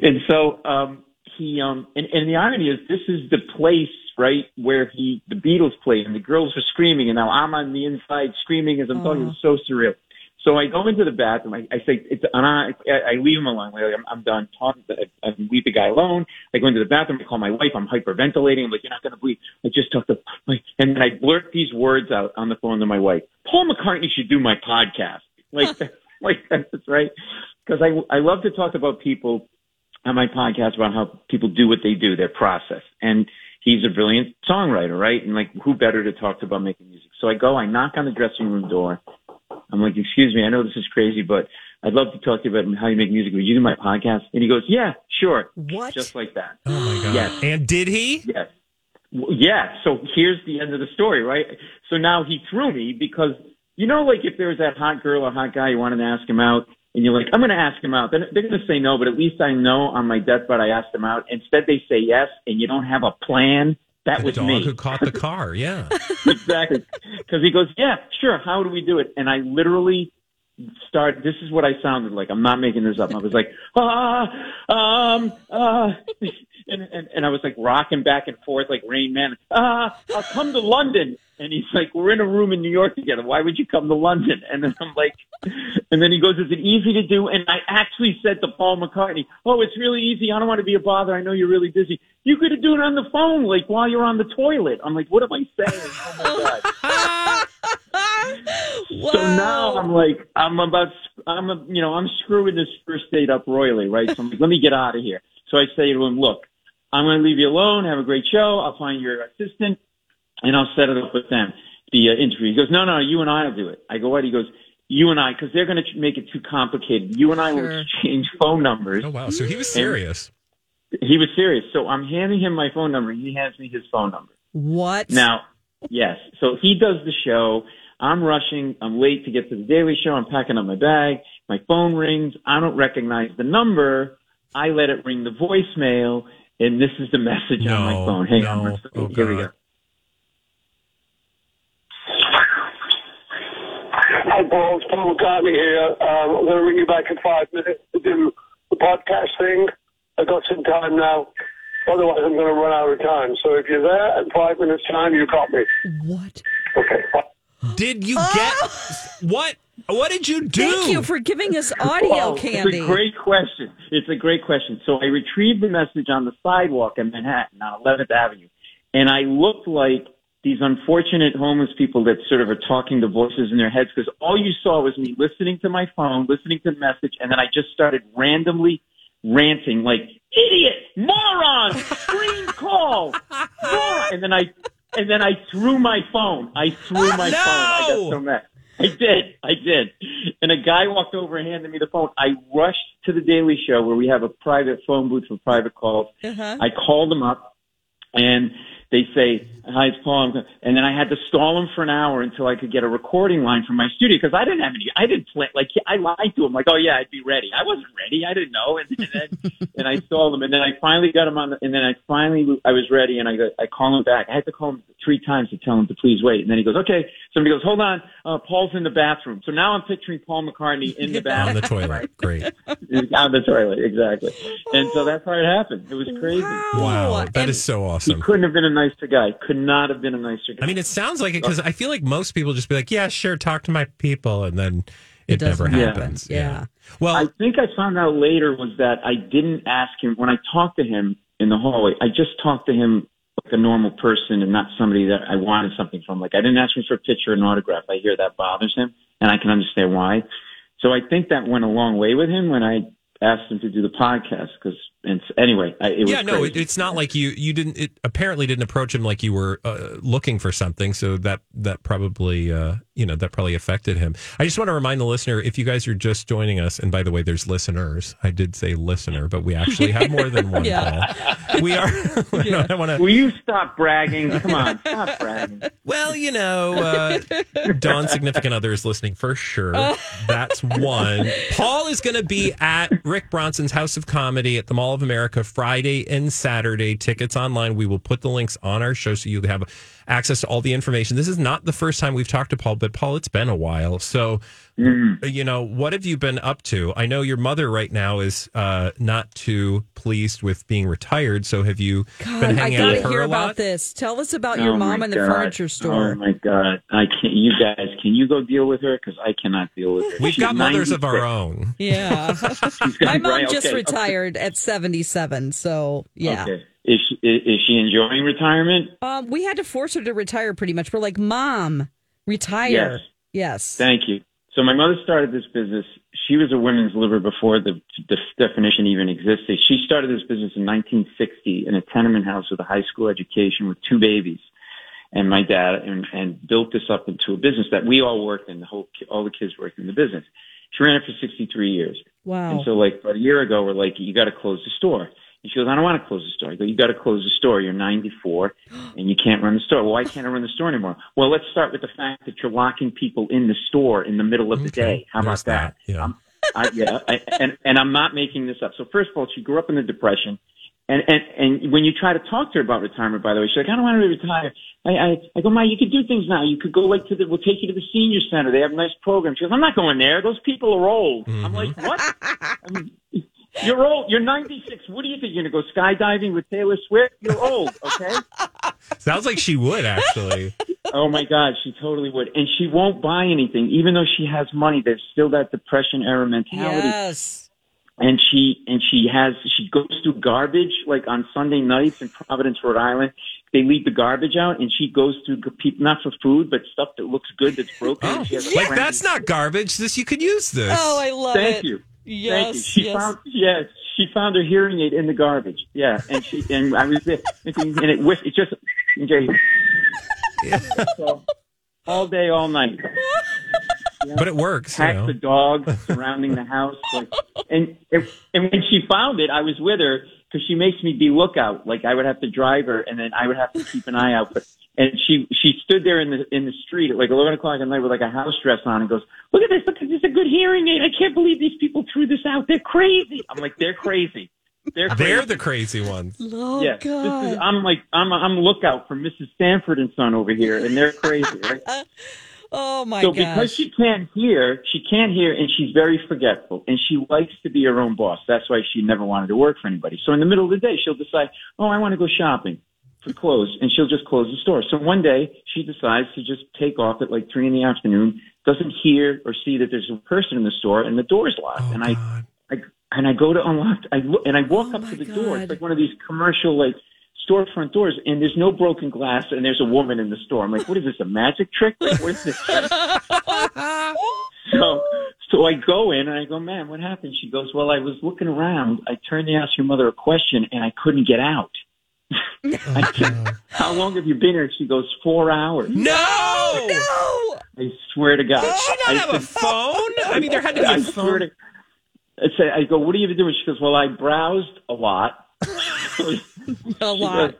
[SPEAKER 5] And so um, he um, and, and the irony is this is the place right where he the Beatles played and the girls were screaming and now I'm on the inside screaming as I'm talking. It's so surreal. So I go into the bathroom. I, I say it's and I, I leave him alone. Like, I'm, I'm done talking. To, I, I leave the guy alone. I go into the bathroom. I call my wife. I'm hyperventilating. I'm like, you're not gonna believe. I just talked to my and I blurt these words out on the phone to my wife. Paul McCartney should do my podcast. Like, like that's right. Because I I love to talk about people on my podcast about how people do what they do, their process. And he's a brilliant songwriter, right? And like, who better to talk to about making music? So I go, I knock on the dressing room door. I'm like, excuse me, I know this is crazy, but I'd love to talk to you about how you make music. Would you do my podcast? And he goes, yeah, sure.
[SPEAKER 1] What?
[SPEAKER 5] Just like that.
[SPEAKER 2] Oh my God.
[SPEAKER 5] Yes.
[SPEAKER 2] And did he?
[SPEAKER 5] Yes. Well, Yeah. So here's the end of the story, right? So now he threw me because you know, like if there was that hot girl or hot guy you wanted to ask him out, and you're like, I'm going to ask him out. Then they're going to say no, but at least I know on my deathbed I asked him out. Instead, they say yes, and you don't have a plan. That
[SPEAKER 2] the
[SPEAKER 5] was
[SPEAKER 2] dog
[SPEAKER 5] me
[SPEAKER 2] who caught the car. Yeah.
[SPEAKER 5] exactly. Because he goes, yeah, sure. How do we do it? And I literally start. This is what I sounded like. I'm not making this up. I was like, ah, um, ah, and, and and I was like rocking back and forth like Rain Man. Ah, I'll come to London. And he's like, we're in a room in New York together. Why would you come to London? And then I'm like, and then he goes, is it easy to do? And I actually said to Paul McCartney, oh, it's really easy. I don't want to be a bother. I know you're really busy. You could do it on the phone, like while you're on the toilet. I'm like, what am I saying? Oh my God.
[SPEAKER 1] wow.
[SPEAKER 5] So now I'm like, I'm about, I'm, a, you know, I'm screwing this first date up royally, right? So I'm like, let me get out of here. So I say to him, look, I'm going to leave you alone. Have a great show. I'll find your assistant and I'll set it up with them. The uh, interview. He goes, no, no, you and I will do it. I go, what? He goes, you and I, because they're going to make it too complicated. You and I will
[SPEAKER 1] Sure.
[SPEAKER 5] exchange phone numbers
[SPEAKER 2] Oh, wow. So he was serious.
[SPEAKER 5] he was serious. So I'm handing him my phone number. He hands me his phone number.
[SPEAKER 1] what?
[SPEAKER 5] Now, yes. So he does the show. I'm rushing. I'm late to get to the Daily Show. I'm packing up my bag. My phone rings. I don't recognize the number. I let it ring the voicemail, and this is the message on my
[SPEAKER 2] No,
[SPEAKER 5] phone. Hang
[SPEAKER 2] no.
[SPEAKER 5] on. one second.
[SPEAKER 2] Oh,
[SPEAKER 5] Here we
[SPEAKER 2] God.
[SPEAKER 5] go.
[SPEAKER 6] Hi, Paul. It's Paul McCartney here. Um, I'm going to ring you back in five minutes to do the podcast thing. I've got some time now. Otherwise, I'm going to run out of time. So if you're there in five minutes' time, you got me.
[SPEAKER 1] What?
[SPEAKER 6] Okay, bye.
[SPEAKER 2] Did you get what? What did you do?
[SPEAKER 1] Oh. Thank you for giving us audio
[SPEAKER 5] Well,
[SPEAKER 1] candy.
[SPEAKER 5] It's a great question. It's a great question. So I retrieved the message on the sidewalk in Manhattan on 11th Avenue, and I looked like these unfortunate homeless people that sort of are talking to voices in their heads because all you saw was me listening to my phone, listening to the message, and then I just started randomly ranting like idiot, moron, green call, moron, and then I. and then I threw my phone. I threw my
[SPEAKER 2] no!
[SPEAKER 5] phone. I got so mad. I did. I did. And a guy walked over and handed me the phone. I rushed to the Daily Show where we have a private phone booth for private calls. I called them up and they say, hi, it's Paul. I'm go- And then I had to stall them for an hour until I could get a recording line from my studio because I didn't have any, I didn't plan, like, I lied to them, like, oh yeah, I'd be ready. I wasn't ready. I didn't know. And, and then, and I stalled them. And then I finally got them on, the, and then I finally, I was ready and I go, I call him back. I had to call him three times to tell him to please wait. And then he goes, okay. Somebody goes, hold on. Uh, Paul's in the bathroom. So now I'm picturing Paul McCartney in the bathroom
[SPEAKER 2] on the toilet. Great.
[SPEAKER 5] on the toilet. Exactly. And so that's how it happened. It was crazy.
[SPEAKER 2] Wow. that
[SPEAKER 1] Oh, And-
[SPEAKER 2] is so
[SPEAKER 5] He
[SPEAKER 2] awesome.
[SPEAKER 5] couldn't have been a nicer guy. Could not have been a nicer guy.
[SPEAKER 2] I mean, it sounds like it because I feel like most people just be like, yeah, sure, talk to my people. And then it, never
[SPEAKER 1] doesn't happen.
[SPEAKER 2] happens.
[SPEAKER 1] Yeah.
[SPEAKER 2] Well,
[SPEAKER 5] I think I found out later was that I didn't ask him when I talked to him in the hallway. I just talked to him like a normal person and not somebody that I wanted something from. Like I didn't ask him for a picture and autograph. I hear that bothers him, and I can understand why. So I think that went a long way with him when I asked him to do the podcast. Because anyway, I, it was
[SPEAKER 2] yeah, no, it,
[SPEAKER 5] crazy.
[SPEAKER 2] it's not like you you didn't. It apparently didn't approach him like you were uh, looking for something. So that that probably uh, you know that probably affected him. I just want to remind the listener if you guys are just joining us, and by the way, there's listeners. I did say listener, but we actually have more than one.
[SPEAKER 1] Yeah.
[SPEAKER 2] Paul. we are. I don't want to.
[SPEAKER 5] Will you stop bragging? Come on, stop bragging.
[SPEAKER 2] Well, you know, uh, Dawn's significant other is listening for sure.
[SPEAKER 1] Uh.
[SPEAKER 2] That's one. Paul is going to be at Rick Bronson's House of Comedy at the Mall of America Friday and Saturday. Tickets online. We will put the links on our show so you have access to all the information. This is not the first time we've talked to Paul, but Paul, it's been a while. So, you know, what have you been up to? I know your mother right now is uh, not too pleased with being retired. So, have you been
[SPEAKER 1] God, I
[SPEAKER 2] hanging out with
[SPEAKER 1] gotta
[SPEAKER 2] her
[SPEAKER 1] hear
[SPEAKER 2] a lot?
[SPEAKER 1] about this. Tell us about
[SPEAKER 5] Oh
[SPEAKER 1] your
[SPEAKER 5] my
[SPEAKER 1] mom in the
[SPEAKER 5] God.
[SPEAKER 1] furniture
[SPEAKER 5] Oh
[SPEAKER 1] store.
[SPEAKER 5] my god! I can You guys, can you go deal with her? Because I cannot deal with her.
[SPEAKER 2] We've
[SPEAKER 5] She's
[SPEAKER 2] got mothers of our
[SPEAKER 5] 96.
[SPEAKER 2] own.
[SPEAKER 1] yeah.
[SPEAKER 5] She's got-
[SPEAKER 1] My mom
[SPEAKER 5] right,
[SPEAKER 1] just
[SPEAKER 5] okay,
[SPEAKER 1] retired at 77, so yeah.
[SPEAKER 5] Okay. Is she, is is she enjoying retirement?
[SPEAKER 1] Um, we had to force her to retire pretty much. We're like, Mom, retire. Yes.
[SPEAKER 5] Thank you. So my mother started this business. She was a women's liver before the, the definition even existed. She started this business in 1960 in a tenement house with a high school education with two babies. and my dad and, and built this up into a business that we all worked in. The whole all the kids worked in the business. She ran it for 63 years.
[SPEAKER 1] Wow.
[SPEAKER 5] And so like about a year ago, we're like, you got to close the store. And she goes, I don't want to close the store. I go, you got to close the store. You're 94 and you can't run the store. Well, why can't I run the store anymore? Well, let's start with the fact that you're locking people in the store in the middle of the day. How
[SPEAKER 2] There's
[SPEAKER 5] about that? Um,
[SPEAKER 2] Yeah.
[SPEAKER 5] I, yeah, I, and and I'm not making this up. So first of all, she grew up in the depression, and and and when you try to talk to her about retirement, by the way, she's like, I don't want to retire. I I, I go, Ma, you could do things now. You could go like to the. We'll take you to the senior center. They have nice programs. She goes, I'm not going there. Those people are old. I'm like, what? I mean, you're old. You're 96. What do you think? You're gonna go skydiving with Taylor Swift? You're old. Okay.
[SPEAKER 2] Sounds like she would actually.
[SPEAKER 5] Oh my God, she totally would, and she won't buy anything, even though she has money. There's still that depression era mentality
[SPEAKER 1] yes.
[SPEAKER 5] and she and she has she goes through garbage like on Sunday nights in Providence, Rhode Island. They leave the garbage out, and she goes through people not for food, but stuff that looks good that's broken.
[SPEAKER 2] Oh,
[SPEAKER 5] and she has a
[SPEAKER 2] like
[SPEAKER 5] friend-
[SPEAKER 2] that's not garbage. This you could use this.
[SPEAKER 1] Oh, I love it.
[SPEAKER 5] Thank you. Thank you.
[SPEAKER 1] Yes.
[SPEAKER 5] She
[SPEAKER 1] yes.
[SPEAKER 5] found yeah, she found her hearing aid in the garbage. Yeah, and she and I was there, and it whiff, it just and just- so, all day, all night.
[SPEAKER 2] but it works. You
[SPEAKER 5] packed
[SPEAKER 2] know.
[SPEAKER 5] the dog surrounding the house. Like, and and when she found it, I was with her because she makes me be lookout. Like I would have to drive her, and then I would have to keep an eye out. But and she she stood there in the in the street at like eleven o'clock at night with like a house dress on, and goes, "Look at this! Look, this is a good hearing aid. I can't believe these people threw this out. They're crazy." I'm like, "They're crazy. They're crazy."
[SPEAKER 2] They're the crazy ones.
[SPEAKER 1] Oh,
[SPEAKER 5] yeah, this
[SPEAKER 1] God.
[SPEAKER 5] is, I'm like I'm I'm lookout for Mrs. Stanford and Son over here, and they're crazy, right?
[SPEAKER 1] oh, my
[SPEAKER 5] so
[SPEAKER 1] gosh.
[SPEAKER 5] because she can't hear, she can't hear, and she's very forgetful, and she likes to be her own boss. That's why she never wanted to work for anybody. So in the middle of the day, she'll decide, "Oh, I want to go shopping for clothes," and she'll just close the store. So one day, she decides to just take off at like three in the afternoon. Doesn't hear or see that there's a person in the store, and the door's locked.
[SPEAKER 2] Oh,
[SPEAKER 5] and I
[SPEAKER 2] God.
[SPEAKER 5] I, and I go to unlock. I look, and I walk
[SPEAKER 1] Oh
[SPEAKER 5] up
[SPEAKER 1] my
[SPEAKER 5] to the door.
[SPEAKER 1] God.
[SPEAKER 5] It's like one of these commercial like storefront doors, and there's no broken glass, and there's a woman in the store. I'm like, what is this? A magic trick? Like, what is this? so, so I go in and I go, ma'am, what happened? She goes, well, I was looking around. I turned to ask your mother a question, and I couldn't get out. I said, How long have you been here? She goes, Four hours.
[SPEAKER 2] No!
[SPEAKER 1] No.
[SPEAKER 5] I swear to God.
[SPEAKER 2] Did she
[SPEAKER 5] I
[SPEAKER 2] not have a
[SPEAKER 5] said,
[SPEAKER 2] phone? I mean, there had to be
[SPEAKER 5] I
[SPEAKER 2] a
[SPEAKER 5] swear
[SPEAKER 2] phone.
[SPEAKER 5] to I said, I go, what are you doing? She goes, well, I browsed a lot.
[SPEAKER 1] A
[SPEAKER 5] She goes,
[SPEAKER 1] lot.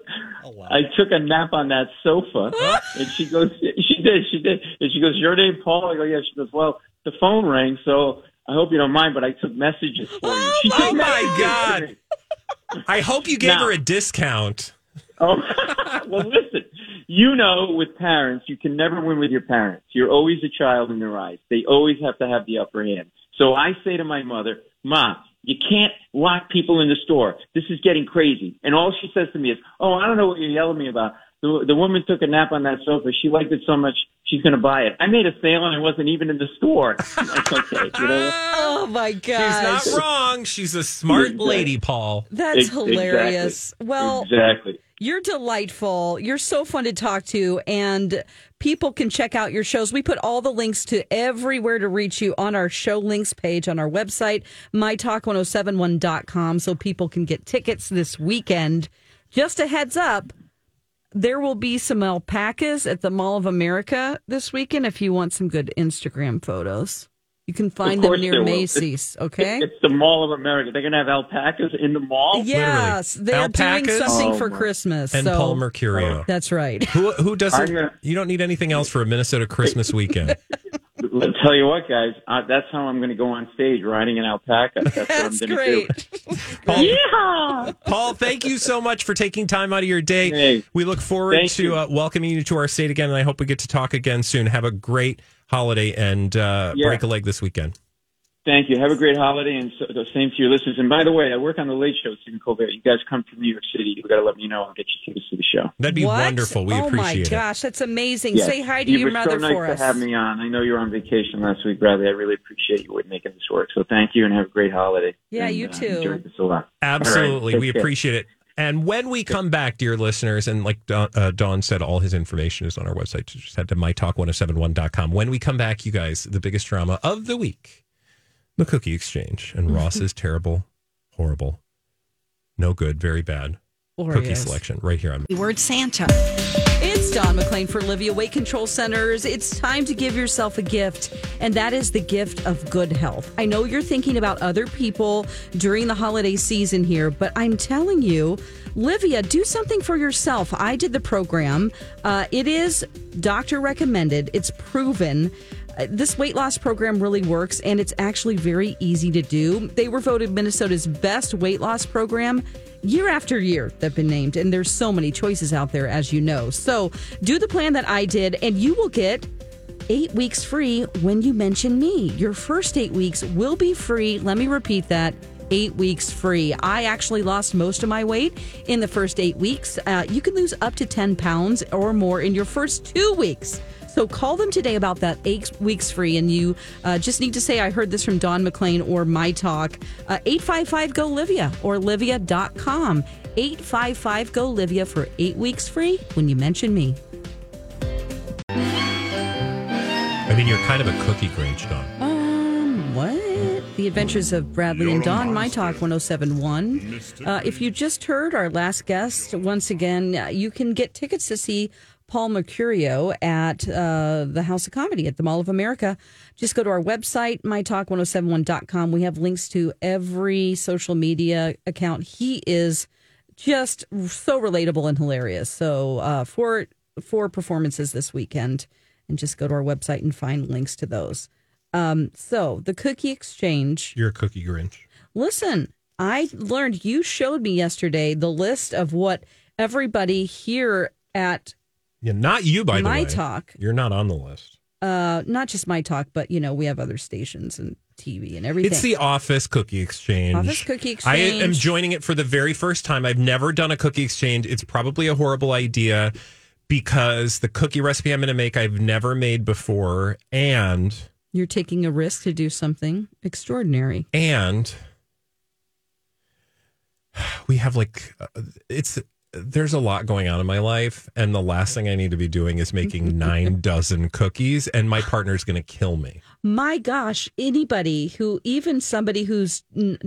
[SPEAKER 5] I took a nap on that sofa. and she goes, she did, she did. And she goes, your name, Paul? I go, yeah. She goes, well, the phone rang, so I hope you don't mind, but I took messages for you. She
[SPEAKER 2] Oh my
[SPEAKER 5] took messages
[SPEAKER 2] God.
[SPEAKER 5] for me.
[SPEAKER 2] I hope you gave
[SPEAKER 5] Now-
[SPEAKER 2] her a discount.
[SPEAKER 5] Oh, well, listen. You know, with parents, you can never win with your parents. You're always a child in their eyes. They always have to have the upper hand. So I say to my mother, Mom, you can't lock people in the store. This is getting crazy. And all she says to me is, Oh, I don't know what you're yelling at me about. The, the woman took a nap on that sofa. She liked it so much, she's going to buy it. I made a sale and I wasn't even in the store. I'm like, okay, you know.
[SPEAKER 1] Oh my
[SPEAKER 2] She's
[SPEAKER 1] gosh.
[SPEAKER 2] not wrong. She's a smart
[SPEAKER 5] Exactly.
[SPEAKER 2] lady, Paul.
[SPEAKER 1] That's
[SPEAKER 5] Ex-
[SPEAKER 1] hilarious. Well,
[SPEAKER 5] exactly.
[SPEAKER 1] You're delightful. You're so fun to talk to, and people can check out your shows. We put all the links to everywhere to reach you on our show links page on our website, mytalk1071.com, so people can get tickets this weekend. Just a heads up, there will be some alpacas at the Mall of America this weekend if you want some good Instagram photos. You can find them
[SPEAKER 5] course there
[SPEAKER 1] near
[SPEAKER 5] will.
[SPEAKER 1] Macy's, okay?
[SPEAKER 5] It's the Mall of America. They're going to have alpacas in the mall.
[SPEAKER 1] Yes, they're
[SPEAKER 2] Alpacas?
[SPEAKER 1] doing something
[SPEAKER 5] Oh,
[SPEAKER 1] for
[SPEAKER 5] my.
[SPEAKER 1] Christmas.
[SPEAKER 2] And
[SPEAKER 1] so
[SPEAKER 2] Paul Mercurio.
[SPEAKER 1] That's right.
[SPEAKER 2] Who, who doesn't?
[SPEAKER 5] I'm gonna-
[SPEAKER 2] you don't need anything else for a Minnesota Christmas weekend.
[SPEAKER 5] Let me tell you what, guys. Uh, that's how I'm going to go on stage riding an alpaca. That's,
[SPEAKER 1] That's
[SPEAKER 5] what I'm
[SPEAKER 1] great.
[SPEAKER 5] going to do.
[SPEAKER 2] Paul, Paul, thank you so much for taking time out of your day.
[SPEAKER 5] Hey,
[SPEAKER 2] we look forward
[SPEAKER 5] thank
[SPEAKER 2] to
[SPEAKER 5] you.
[SPEAKER 2] uh, welcoming you to our state again, and I hope we get to talk again soon. Have a great holiday and uh,
[SPEAKER 5] Yeah.
[SPEAKER 2] break a leg this weekend.
[SPEAKER 5] Thank you. Have a great holiday, and so, the same to your listeners. And by the way, I work on the Late Show, Stephen Colbert. You guys come from New York City. You got to let me know. I'll get you tickets to the show.
[SPEAKER 2] That'd be
[SPEAKER 1] What?
[SPEAKER 2] wonderful. We
[SPEAKER 1] oh
[SPEAKER 2] appreciate
[SPEAKER 1] my
[SPEAKER 2] it.
[SPEAKER 1] gosh, that's amazing. Say hi to
[SPEAKER 5] you
[SPEAKER 1] your
[SPEAKER 5] were
[SPEAKER 1] mother
[SPEAKER 5] so nice
[SPEAKER 1] for
[SPEAKER 5] to
[SPEAKER 1] us.
[SPEAKER 5] have me on. I know you were on vacation last week, Bradley. I really appreciate you with making this work. So thank you, and have a great holiday.
[SPEAKER 1] Yeah,
[SPEAKER 5] And,
[SPEAKER 1] you
[SPEAKER 5] uh,
[SPEAKER 1] too.
[SPEAKER 5] enjoyed this a lot.
[SPEAKER 2] Absolutely.
[SPEAKER 5] All right,
[SPEAKER 2] we
[SPEAKER 5] take care.
[SPEAKER 2] appreciate it. And when we come back, dear listeners, and like Don, uh, Don said, all his information is on our website. So Just head to mytalk1071.com. When we come back, you guys, the biggest drama of the week the cookie exchange and Ross's terrible, horrible, no good, very bad cookie
[SPEAKER 1] Oreos.
[SPEAKER 2] selection right here on.
[SPEAKER 7] Word Santa.
[SPEAKER 1] It's Don McLean for Livia Weight Control Centers. It's time to give yourself a gift, and that is the gift of good health. I know you're thinking about other people during the holiday season here, but I'm telling you, Livia, do something for yourself. I did the program. Uh, it is doctor recommended. It's proven. Uh, this weight loss program really works and it's actually very easy to do. They were voted Minnesota's best weight loss program year after year. They've been named, and there's so many choices out there, as you know. So do the plan that I did, and you will get eight weeks free when you mention me. Your first eight weeks will be free. Let me repeat that. Eight weeks free. I actually lost most of my weight in the first eight weeks. Uh, you can lose up to 10 pounds or more in your first two weeks. So call them today about that eight weeks free. And you uh, just need to say, I heard this from Don McLean or My Talk, Uh, 855 GO Livia or Livia.com. 855 GO Livia for eight weeks free when you mention me.
[SPEAKER 2] I mean, you're kind of a cookie Grinch, Don.
[SPEAKER 1] Um, what? The Adventures of Bradley and Don, My Talk 1071. Uh, if you just heard our last guest, once again, uh, you can get tickets to see Paul Mercurio at uh, the House of Comedy at the Mall of America. Just go to our website, mytalk1071.com. We have links to every social media account. He is just so relatable and hilarious. So uh, four four performances this weekend, and just go to our website and find links to those. Um, so the cookie exchange.
[SPEAKER 2] You're a cookie Grinch.
[SPEAKER 1] Listen, I learned you showed me yesterday the list of what everybody here at
[SPEAKER 2] Yeah, not you, by the
[SPEAKER 1] My
[SPEAKER 2] way.
[SPEAKER 1] Talk.
[SPEAKER 2] You're not on the list.
[SPEAKER 1] uh, not just my talk, but you know we have other stations and TV and everything.
[SPEAKER 2] It's the office cookie exchange.
[SPEAKER 1] Office cookie
[SPEAKER 2] I am
[SPEAKER 1] exchange.
[SPEAKER 2] joining it for the very first time. I've never done a cookie exchange. It's probably a horrible idea because the cookie recipe I'm going to make I've never made before and
[SPEAKER 1] You're taking a risk to do something extraordinary.
[SPEAKER 2] and we have like uh, it's there's a lot going on in my life and the last thing I need to be doing is making 9 dozen cookies and my partner's going to kill me.
[SPEAKER 1] my gosh, anybody who, even somebody who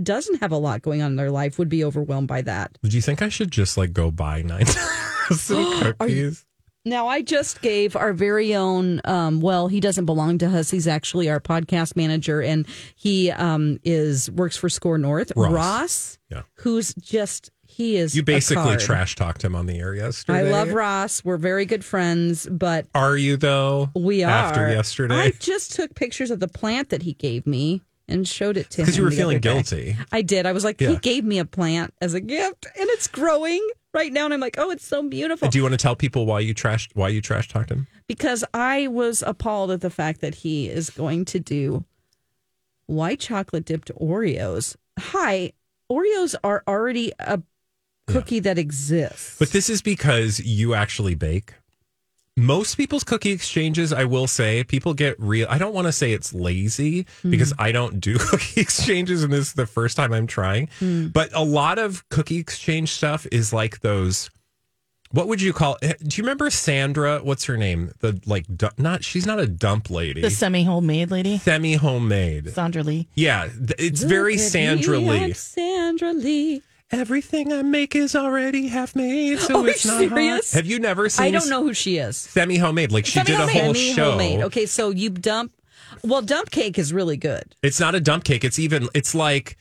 [SPEAKER 1] doesn't have a lot going on in their life, would be overwhelmed by that.
[SPEAKER 2] Do you think I should just like go buy nine dozen cookies?
[SPEAKER 1] Now, I just gave our very own, um, well, he doesn't belong to us. He's actually our podcast manager and he um, is works for Score North,
[SPEAKER 2] Ross.
[SPEAKER 1] Ross,
[SPEAKER 2] Yeah.
[SPEAKER 1] who's just, he is.
[SPEAKER 2] You
[SPEAKER 1] a
[SPEAKER 2] basically
[SPEAKER 1] card.
[SPEAKER 2] trash talked him on the air yesterday.
[SPEAKER 1] I love Ross. We're very good friends, but
[SPEAKER 2] Are you though?
[SPEAKER 1] we are.
[SPEAKER 2] After
[SPEAKER 1] I
[SPEAKER 2] yesterday,
[SPEAKER 1] just took pictures of the plant that he gave me and showed it to him.
[SPEAKER 2] because you were
[SPEAKER 1] the
[SPEAKER 2] feeling
[SPEAKER 1] other day.
[SPEAKER 2] guilty.
[SPEAKER 1] I did. I was like, he
[SPEAKER 2] Yeah.
[SPEAKER 1] gave me a plant as a gift and it's growing right now. And I'm like, oh, it's so beautiful.
[SPEAKER 2] Do you want to tell people why you trashed why you trash talked him?
[SPEAKER 1] because I was appalled at the fact that he is going to do white chocolate dipped Oreos. Hi, Oreos are already a cookie that exists.
[SPEAKER 2] But this is because you actually bake. Most people's cookie exchanges, I will say, people get real. I don't want to say it's lazy
[SPEAKER 1] Hmm.
[SPEAKER 2] because I don't do cookie exchanges, and this is the first time I'm trying.
[SPEAKER 1] Hmm.
[SPEAKER 2] But a lot of cookie exchange stuff is like those. What would you call? eh, Do you remember Sandra? What's her name? The like, du- not she's not a dump lady.
[SPEAKER 3] The semi homemade lady,
[SPEAKER 2] Semi homemade.
[SPEAKER 3] Sandra Lee.
[SPEAKER 2] Yeah, th- it's very
[SPEAKER 1] Look at
[SPEAKER 2] Sandra
[SPEAKER 1] me, I'm
[SPEAKER 2] Lee.
[SPEAKER 1] Sandra Lee.
[SPEAKER 2] Everything I make is already half made, so
[SPEAKER 1] Are we
[SPEAKER 2] it's not
[SPEAKER 1] serious?
[SPEAKER 2] hard. Have you never seen?
[SPEAKER 1] I don't know who she is.
[SPEAKER 2] Semi homemade, like she did a whole
[SPEAKER 1] Semi
[SPEAKER 2] show.
[SPEAKER 1] homemade. Okay, so you dump. Well, dump cake is really good.
[SPEAKER 2] It's not a dump cake. It's even. It's like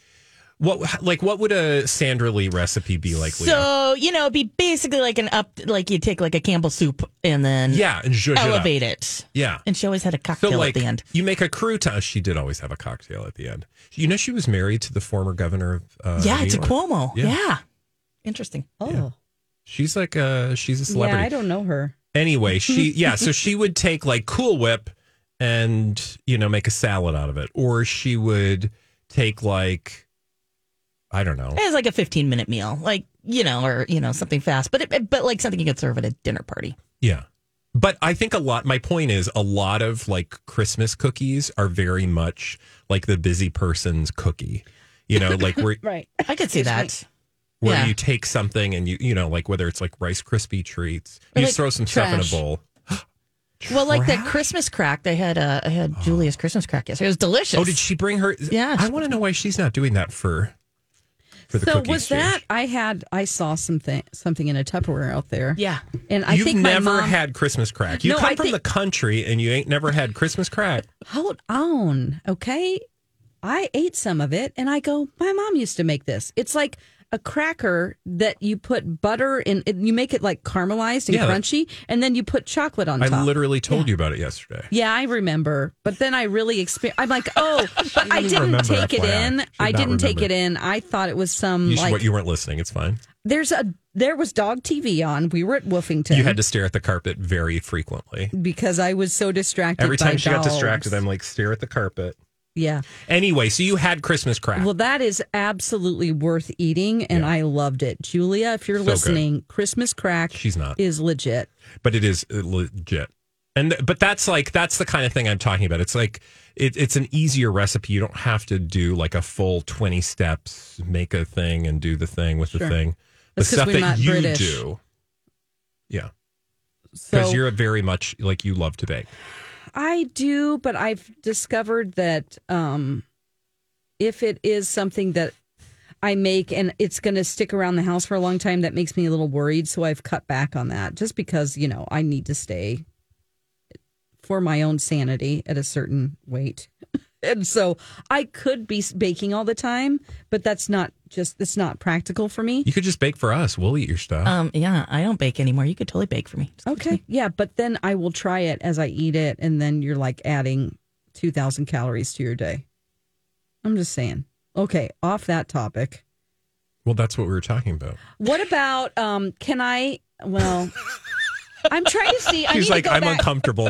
[SPEAKER 2] what? Like what would a Sandra Lee recipe be like? Leah?
[SPEAKER 3] So you know, it'd be basically like an up, like you take like a Campbell soup and then
[SPEAKER 2] yeah, and zhuzh it up.
[SPEAKER 3] elevate it.
[SPEAKER 2] Yeah.
[SPEAKER 3] And she always had a
[SPEAKER 2] So
[SPEAKER 3] cocktail
[SPEAKER 2] like
[SPEAKER 3] at the end.
[SPEAKER 2] you make a crouton. Oh, She did always have a cocktail at the end. You know she was married to the former governor of uh,
[SPEAKER 3] yeah,
[SPEAKER 2] New
[SPEAKER 3] it's a
[SPEAKER 2] York.
[SPEAKER 3] Cuomo.
[SPEAKER 2] Yeah.
[SPEAKER 3] Yeah. interesting.
[SPEAKER 1] Oh,
[SPEAKER 2] She's like a she's a celebrity.
[SPEAKER 1] yeah, I don't know her.
[SPEAKER 2] anyway, she yeah, so she would take like Cool Whip and you know make a salad out of it, or she would take like I don't know.
[SPEAKER 3] It was like a fifteen minute meal, like you know, or you know, something fast, but it, but like something you could serve at a dinner party.
[SPEAKER 2] Yeah. But I think a lot, my point is a lot of like Christmas cookies are very much like the busy person's cookie, you know, like where,
[SPEAKER 1] Right.
[SPEAKER 3] I could see that.
[SPEAKER 2] where
[SPEAKER 3] Yeah.
[SPEAKER 2] you take something and you, you know, like whether it's like Rice Krispie treats,
[SPEAKER 3] Or
[SPEAKER 2] you
[SPEAKER 3] like
[SPEAKER 2] throw some
[SPEAKER 3] trash.
[SPEAKER 2] stuff in a bowl.
[SPEAKER 3] Well, like that
[SPEAKER 2] Trash?
[SPEAKER 3] Christmas crack, I had uh, I had Julia's Christmas crack yesterday. It was delicious.
[SPEAKER 2] Oh, did she bring her?
[SPEAKER 3] Yeah.
[SPEAKER 2] I want to know why she's not doing that for, for the
[SPEAKER 1] So
[SPEAKER 2] cookie
[SPEAKER 1] was
[SPEAKER 2] exchange.
[SPEAKER 1] that? I had. I saw something something in a Tupperware out there.
[SPEAKER 3] Yeah.
[SPEAKER 1] And I
[SPEAKER 2] You've
[SPEAKER 1] think
[SPEAKER 2] never
[SPEAKER 1] my mom,
[SPEAKER 2] had Christmas crack. You
[SPEAKER 1] No,
[SPEAKER 2] come
[SPEAKER 1] I
[SPEAKER 2] from
[SPEAKER 1] think-
[SPEAKER 2] the country and you ain't never had Christmas crack.
[SPEAKER 1] hold on, okay? I ate some of it and I go, my mom used to make this. It's like a cracker that you put butter in, and you make it like caramelized and
[SPEAKER 2] Yeah, that-
[SPEAKER 1] crunchy, and then you put chocolate on
[SPEAKER 2] I
[SPEAKER 1] top.
[SPEAKER 2] literally told you about it yesterday.
[SPEAKER 1] yeah, I remember. But then I really experienced, I'm like, oh, but I didn't
[SPEAKER 2] remember,
[SPEAKER 1] take it
[SPEAKER 2] FYI.
[SPEAKER 1] in.
[SPEAKER 2] Should
[SPEAKER 1] I
[SPEAKER 2] not
[SPEAKER 1] didn't take it in.
[SPEAKER 2] remember.
[SPEAKER 1] I thought it was some
[SPEAKER 2] You, should-
[SPEAKER 1] Mm, like,
[SPEAKER 2] what, you weren't listening. It's fine.
[SPEAKER 1] there's a, there was dog TV on. We were at Woofington.
[SPEAKER 2] You had to stare at the carpet very frequently.
[SPEAKER 1] because I was so distracted.
[SPEAKER 2] Every
[SPEAKER 1] by
[SPEAKER 2] time she got
[SPEAKER 1] dogs.
[SPEAKER 2] distracted, I'm like, stare at the carpet.
[SPEAKER 1] yeah.
[SPEAKER 2] Anyway, so you had Christmas crap.
[SPEAKER 1] Well, that is absolutely worth eating, and I loved it. Julia, if you're
[SPEAKER 2] So good.
[SPEAKER 1] listening, Christmas crack
[SPEAKER 2] She's not,
[SPEAKER 1] is legit.
[SPEAKER 2] but it is uh, legit. And but that's like that's the kind of thing I'm talking about. It's like it, it's an easier recipe. You don't have to do like a full 20 steps, make a thing and do the thing with the
[SPEAKER 1] Sure.
[SPEAKER 2] thing.
[SPEAKER 1] That's
[SPEAKER 2] the
[SPEAKER 1] 'cause
[SPEAKER 2] stuff
[SPEAKER 1] we're
[SPEAKER 2] that
[SPEAKER 1] not
[SPEAKER 2] you
[SPEAKER 1] British.
[SPEAKER 2] do. Yeah, because
[SPEAKER 1] So
[SPEAKER 2] you're very much like you love to bake.
[SPEAKER 1] I do, but I've discovered that um, if it is something that I make and it's going to stick around the house for a long time, that makes me a little worried. So I've cut back on that just because, you know, I need to stay for my own sanity at a certain weight. and so I could be baking all the time, but that's not just, it's not practical for me.
[SPEAKER 2] You could just bake for us. We'll eat your
[SPEAKER 1] Uh,
[SPEAKER 2] stuff.
[SPEAKER 3] Um, yeah, I don't bake anymore. You could totally bake for me.
[SPEAKER 1] Okay. Yeah. But then I will try it as I eat it. And then you're like adding 2,000 calories to your day. I'm just saying. Okay. Off that topic.
[SPEAKER 2] well, that's what we were talking about.
[SPEAKER 1] What about, um, can I, well, I'm trying to see. I need
[SPEAKER 2] She's
[SPEAKER 1] to
[SPEAKER 2] like,
[SPEAKER 1] go
[SPEAKER 2] I'm
[SPEAKER 1] back.
[SPEAKER 2] uncomfortable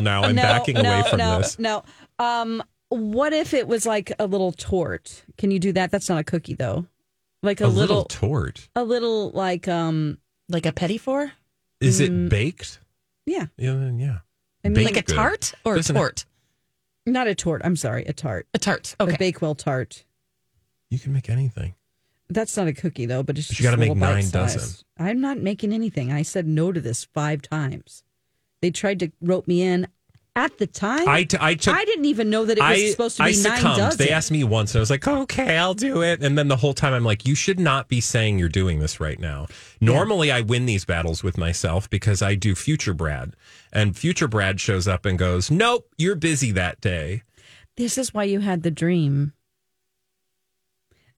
[SPEAKER 2] now. I'm backing away from
[SPEAKER 1] no,
[SPEAKER 2] this.
[SPEAKER 1] No. Um, what if it was like a little tort? Can you do that? That's not a cookie though. Like a,
[SPEAKER 2] a
[SPEAKER 1] little,
[SPEAKER 2] little tort.
[SPEAKER 1] a little like, um,
[SPEAKER 3] Like a petit four?
[SPEAKER 2] Is it baked?
[SPEAKER 1] yeah,
[SPEAKER 2] Yeah, then yeah.
[SPEAKER 1] I mean,
[SPEAKER 2] Baked
[SPEAKER 1] Like
[SPEAKER 3] Like
[SPEAKER 1] a
[SPEAKER 3] a
[SPEAKER 2] good.
[SPEAKER 3] tart or a
[SPEAKER 2] Doesn't it-
[SPEAKER 3] tort?
[SPEAKER 1] not a tort. I'm sorry. A tart,
[SPEAKER 3] A tart.
[SPEAKER 1] a
[SPEAKER 3] Okay.
[SPEAKER 1] Bakewell tart.
[SPEAKER 2] You can make anything.
[SPEAKER 1] That's not a cookie though, but it's
[SPEAKER 2] But
[SPEAKER 1] just
[SPEAKER 2] you
[SPEAKER 1] a
[SPEAKER 2] gotta
[SPEAKER 1] little
[SPEAKER 2] make nine
[SPEAKER 1] bite-sized.
[SPEAKER 2] dozen.
[SPEAKER 1] I'm not making anything. I said no to this five times. They tried to rope me in. At the time,
[SPEAKER 2] I, t- I took.
[SPEAKER 1] I didn't even know that it was
[SPEAKER 2] I-
[SPEAKER 1] supposed to
[SPEAKER 2] I
[SPEAKER 1] be nine
[SPEAKER 2] succumbed.
[SPEAKER 1] dozen.
[SPEAKER 2] They asked me once, and I was like, "Okay, I'll do it." And then the whole time, I'm like, "You should not be saying you're doing this right now." Normally, I win these battles with myself because I do future Brad, and future Brad shows up and goes, "Nope, you're busy that day."
[SPEAKER 1] this is why you had the dream.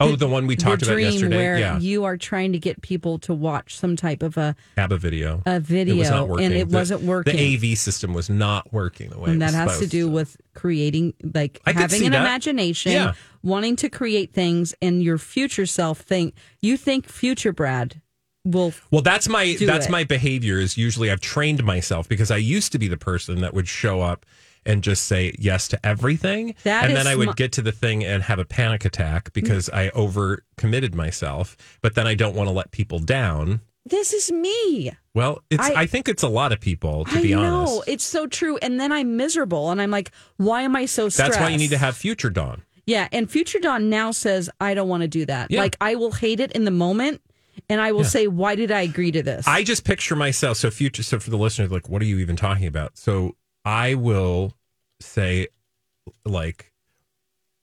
[SPEAKER 2] Oh, the one we talked
[SPEAKER 1] the
[SPEAKER 2] about
[SPEAKER 1] dream
[SPEAKER 2] yesterday.
[SPEAKER 1] where
[SPEAKER 2] yeah,
[SPEAKER 1] you are trying to get people to watch some type of a,
[SPEAKER 2] have a video.
[SPEAKER 1] a video
[SPEAKER 2] it was not working.
[SPEAKER 1] and it
[SPEAKER 2] The-
[SPEAKER 1] wasn't working.
[SPEAKER 2] The AV system was not working the way.
[SPEAKER 1] and
[SPEAKER 2] it
[SPEAKER 1] that
[SPEAKER 2] was
[SPEAKER 1] has to
[SPEAKER 2] supposed
[SPEAKER 1] do with creating like
[SPEAKER 2] I could
[SPEAKER 1] having
[SPEAKER 2] see
[SPEAKER 1] an
[SPEAKER 2] that.
[SPEAKER 1] imagination
[SPEAKER 2] Yeah.
[SPEAKER 1] wanting to create things and your future self think you think future brad will
[SPEAKER 2] Well, that's my
[SPEAKER 1] do
[SPEAKER 2] that's
[SPEAKER 1] it.
[SPEAKER 2] my behavior. Is usually I've trained myself because I used to be the person that would show up and just say yes to everything,
[SPEAKER 1] That
[SPEAKER 2] and
[SPEAKER 1] is
[SPEAKER 2] then I would
[SPEAKER 1] sma-
[SPEAKER 2] get to the thing and have a panic attack because I overcommitted myself. But then I don't want to let people down.
[SPEAKER 1] this is me
[SPEAKER 2] Well, it's
[SPEAKER 1] I-
[SPEAKER 2] I, think it's a lot of people to
[SPEAKER 1] i
[SPEAKER 2] be
[SPEAKER 1] know
[SPEAKER 2] honest.
[SPEAKER 1] it's so true and then i'm miserable and i'm like why am i so stressed
[SPEAKER 2] that's why you need to have future dawn.
[SPEAKER 1] yeah and future dawn now says i don't want to do that
[SPEAKER 2] Yeah.
[SPEAKER 1] like i will hate it in the moment and i will say why did i agree to this
[SPEAKER 2] I just picture myself. So future. So for the listeners, like, what are you even talking about? So I will say, like,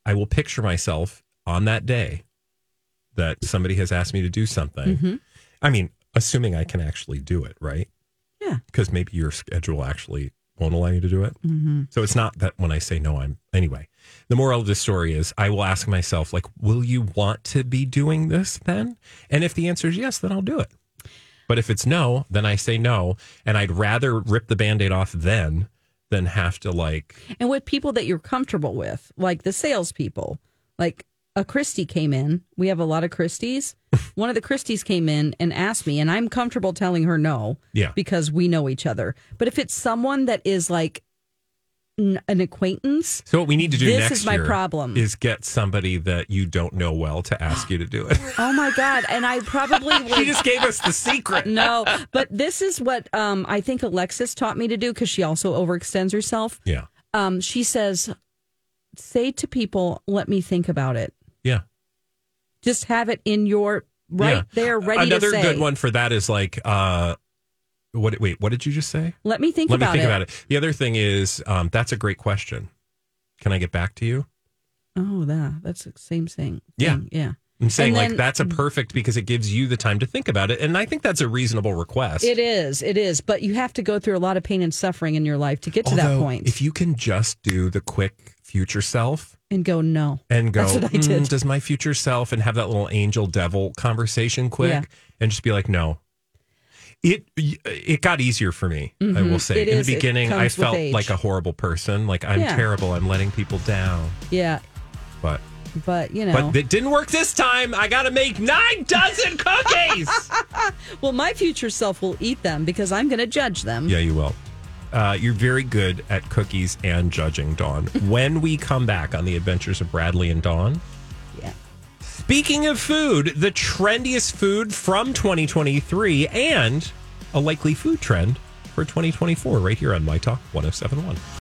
[SPEAKER 2] I will picture myself on that day that somebody has asked me to do something. I mean, assuming I can actually do it, right?
[SPEAKER 1] Yeah.
[SPEAKER 2] Because maybe your schedule actually won't allow you to do it. So it's not that when I say no, I'm anyway. The moral of the story is I will ask myself, like, will you want to be doing this then? And if the answer is yes, then I'll do it. But if it's no, then I say no. And I'd rather rip the band aid off then than have to, like,
[SPEAKER 1] and with people that you're comfortable with, like the salespeople. Like a Christie came in. We have a lot of Christies. One of the Christies came in and asked me, and I'm comfortable telling her no
[SPEAKER 2] yeah.
[SPEAKER 1] because we know each other. But if it's someone that is like n- an acquaintance,
[SPEAKER 2] So what we need to do
[SPEAKER 1] This
[SPEAKER 2] next
[SPEAKER 1] is my
[SPEAKER 2] year
[SPEAKER 1] problem.
[SPEAKER 2] is get somebody that you don't know well to ask you to do it.
[SPEAKER 1] oh my god! And I probably
[SPEAKER 2] she
[SPEAKER 1] would.
[SPEAKER 2] just gave us the secret.
[SPEAKER 1] No, but this is what um, I think Alexis taught me to do because she also overextends herself.
[SPEAKER 2] Yeah.
[SPEAKER 1] Um, she says, "Say to people, let me think about it."
[SPEAKER 2] Yeah.
[SPEAKER 1] just have it in your right
[SPEAKER 2] Yeah.
[SPEAKER 1] there, ready
[SPEAKER 2] Another
[SPEAKER 1] to say.
[SPEAKER 2] good one for that is like, uh, what? Wait, what did you just say?
[SPEAKER 1] Let me think,
[SPEAKER 2] Let
[SPEAKER 1] about,
[SPEAKER 2] me think
[SPEAKER 1] it.
[SPEAKER 2] about it. The other thing is, um, that's a great question. Can I get back to you?
[SPEAKER 1] Oh, that that's the same thing.
[SPEAKER 2] Yeah.
[SPEAKER 1] Thing, yeah.
[SPEAKER 2] I'm saying
[SPEAKER 1] And
[SPEAKER 2] like
[SPEAKER 1] then-
[SPEAKER 2] that's a perfect because it gives you the time to think about it, and I think that's a reasonable request.
[SPEAKER 1] It is, it is. But you have to go through a lot of pain and suffering in your life to get to that
[SPEAKER 2] Although,
[SPEAKER 1] point
[SPEAKER 2] if you can just do the quick future self,
[SPEAKER 1] and go no.
[SPEAKER 2] and go,
[SPEAKER 1] That's what I did.
[SPEAKER 2] "Mm, does my future self and have that little angel devil conversation quick
[SPEAKER 1] Yeah.
[SPEAKER 2] and just be like, no. It it got easier for me, I will say.
[SPEAKER 1] Mm-hmm. It
[SPEAKER 2] In
[SPEAKER 1] is.
[SPEAKER 2] the
[SPEAKER 1] It
[SPEAKER 2] beginning, I
[SPEAKER 1] comes with
[SPEAKER 2] felt
[SPEAKER 1] age.
[SPEAKER 2] like a horrible person. Like I'm
[SPEAKER 1] Yeah.
[SPEAKER 2] terrible. I'm letting people down.
[SPEAKER 1] Yeah,
[SPEAKER 2] But
[SPEAKER 1] but you know.
[SPEAKER 2] but it didn't work this time. I got to make nine dozen cookies.
[SPEAKER 1] well, my future self will eat them because I'm going to judge them.
[SPEAKER 2] yeah, you will. Uh, you're very good at cookies and judging Dawn. when we come back on the adventures of Bradley and Dawn,
[SPEAKER 1] yeah.
[SPEAKER 2] Speaking of food, the trendiest food from 2023 and a likely food trend for 2024 right here on My Talk 1071.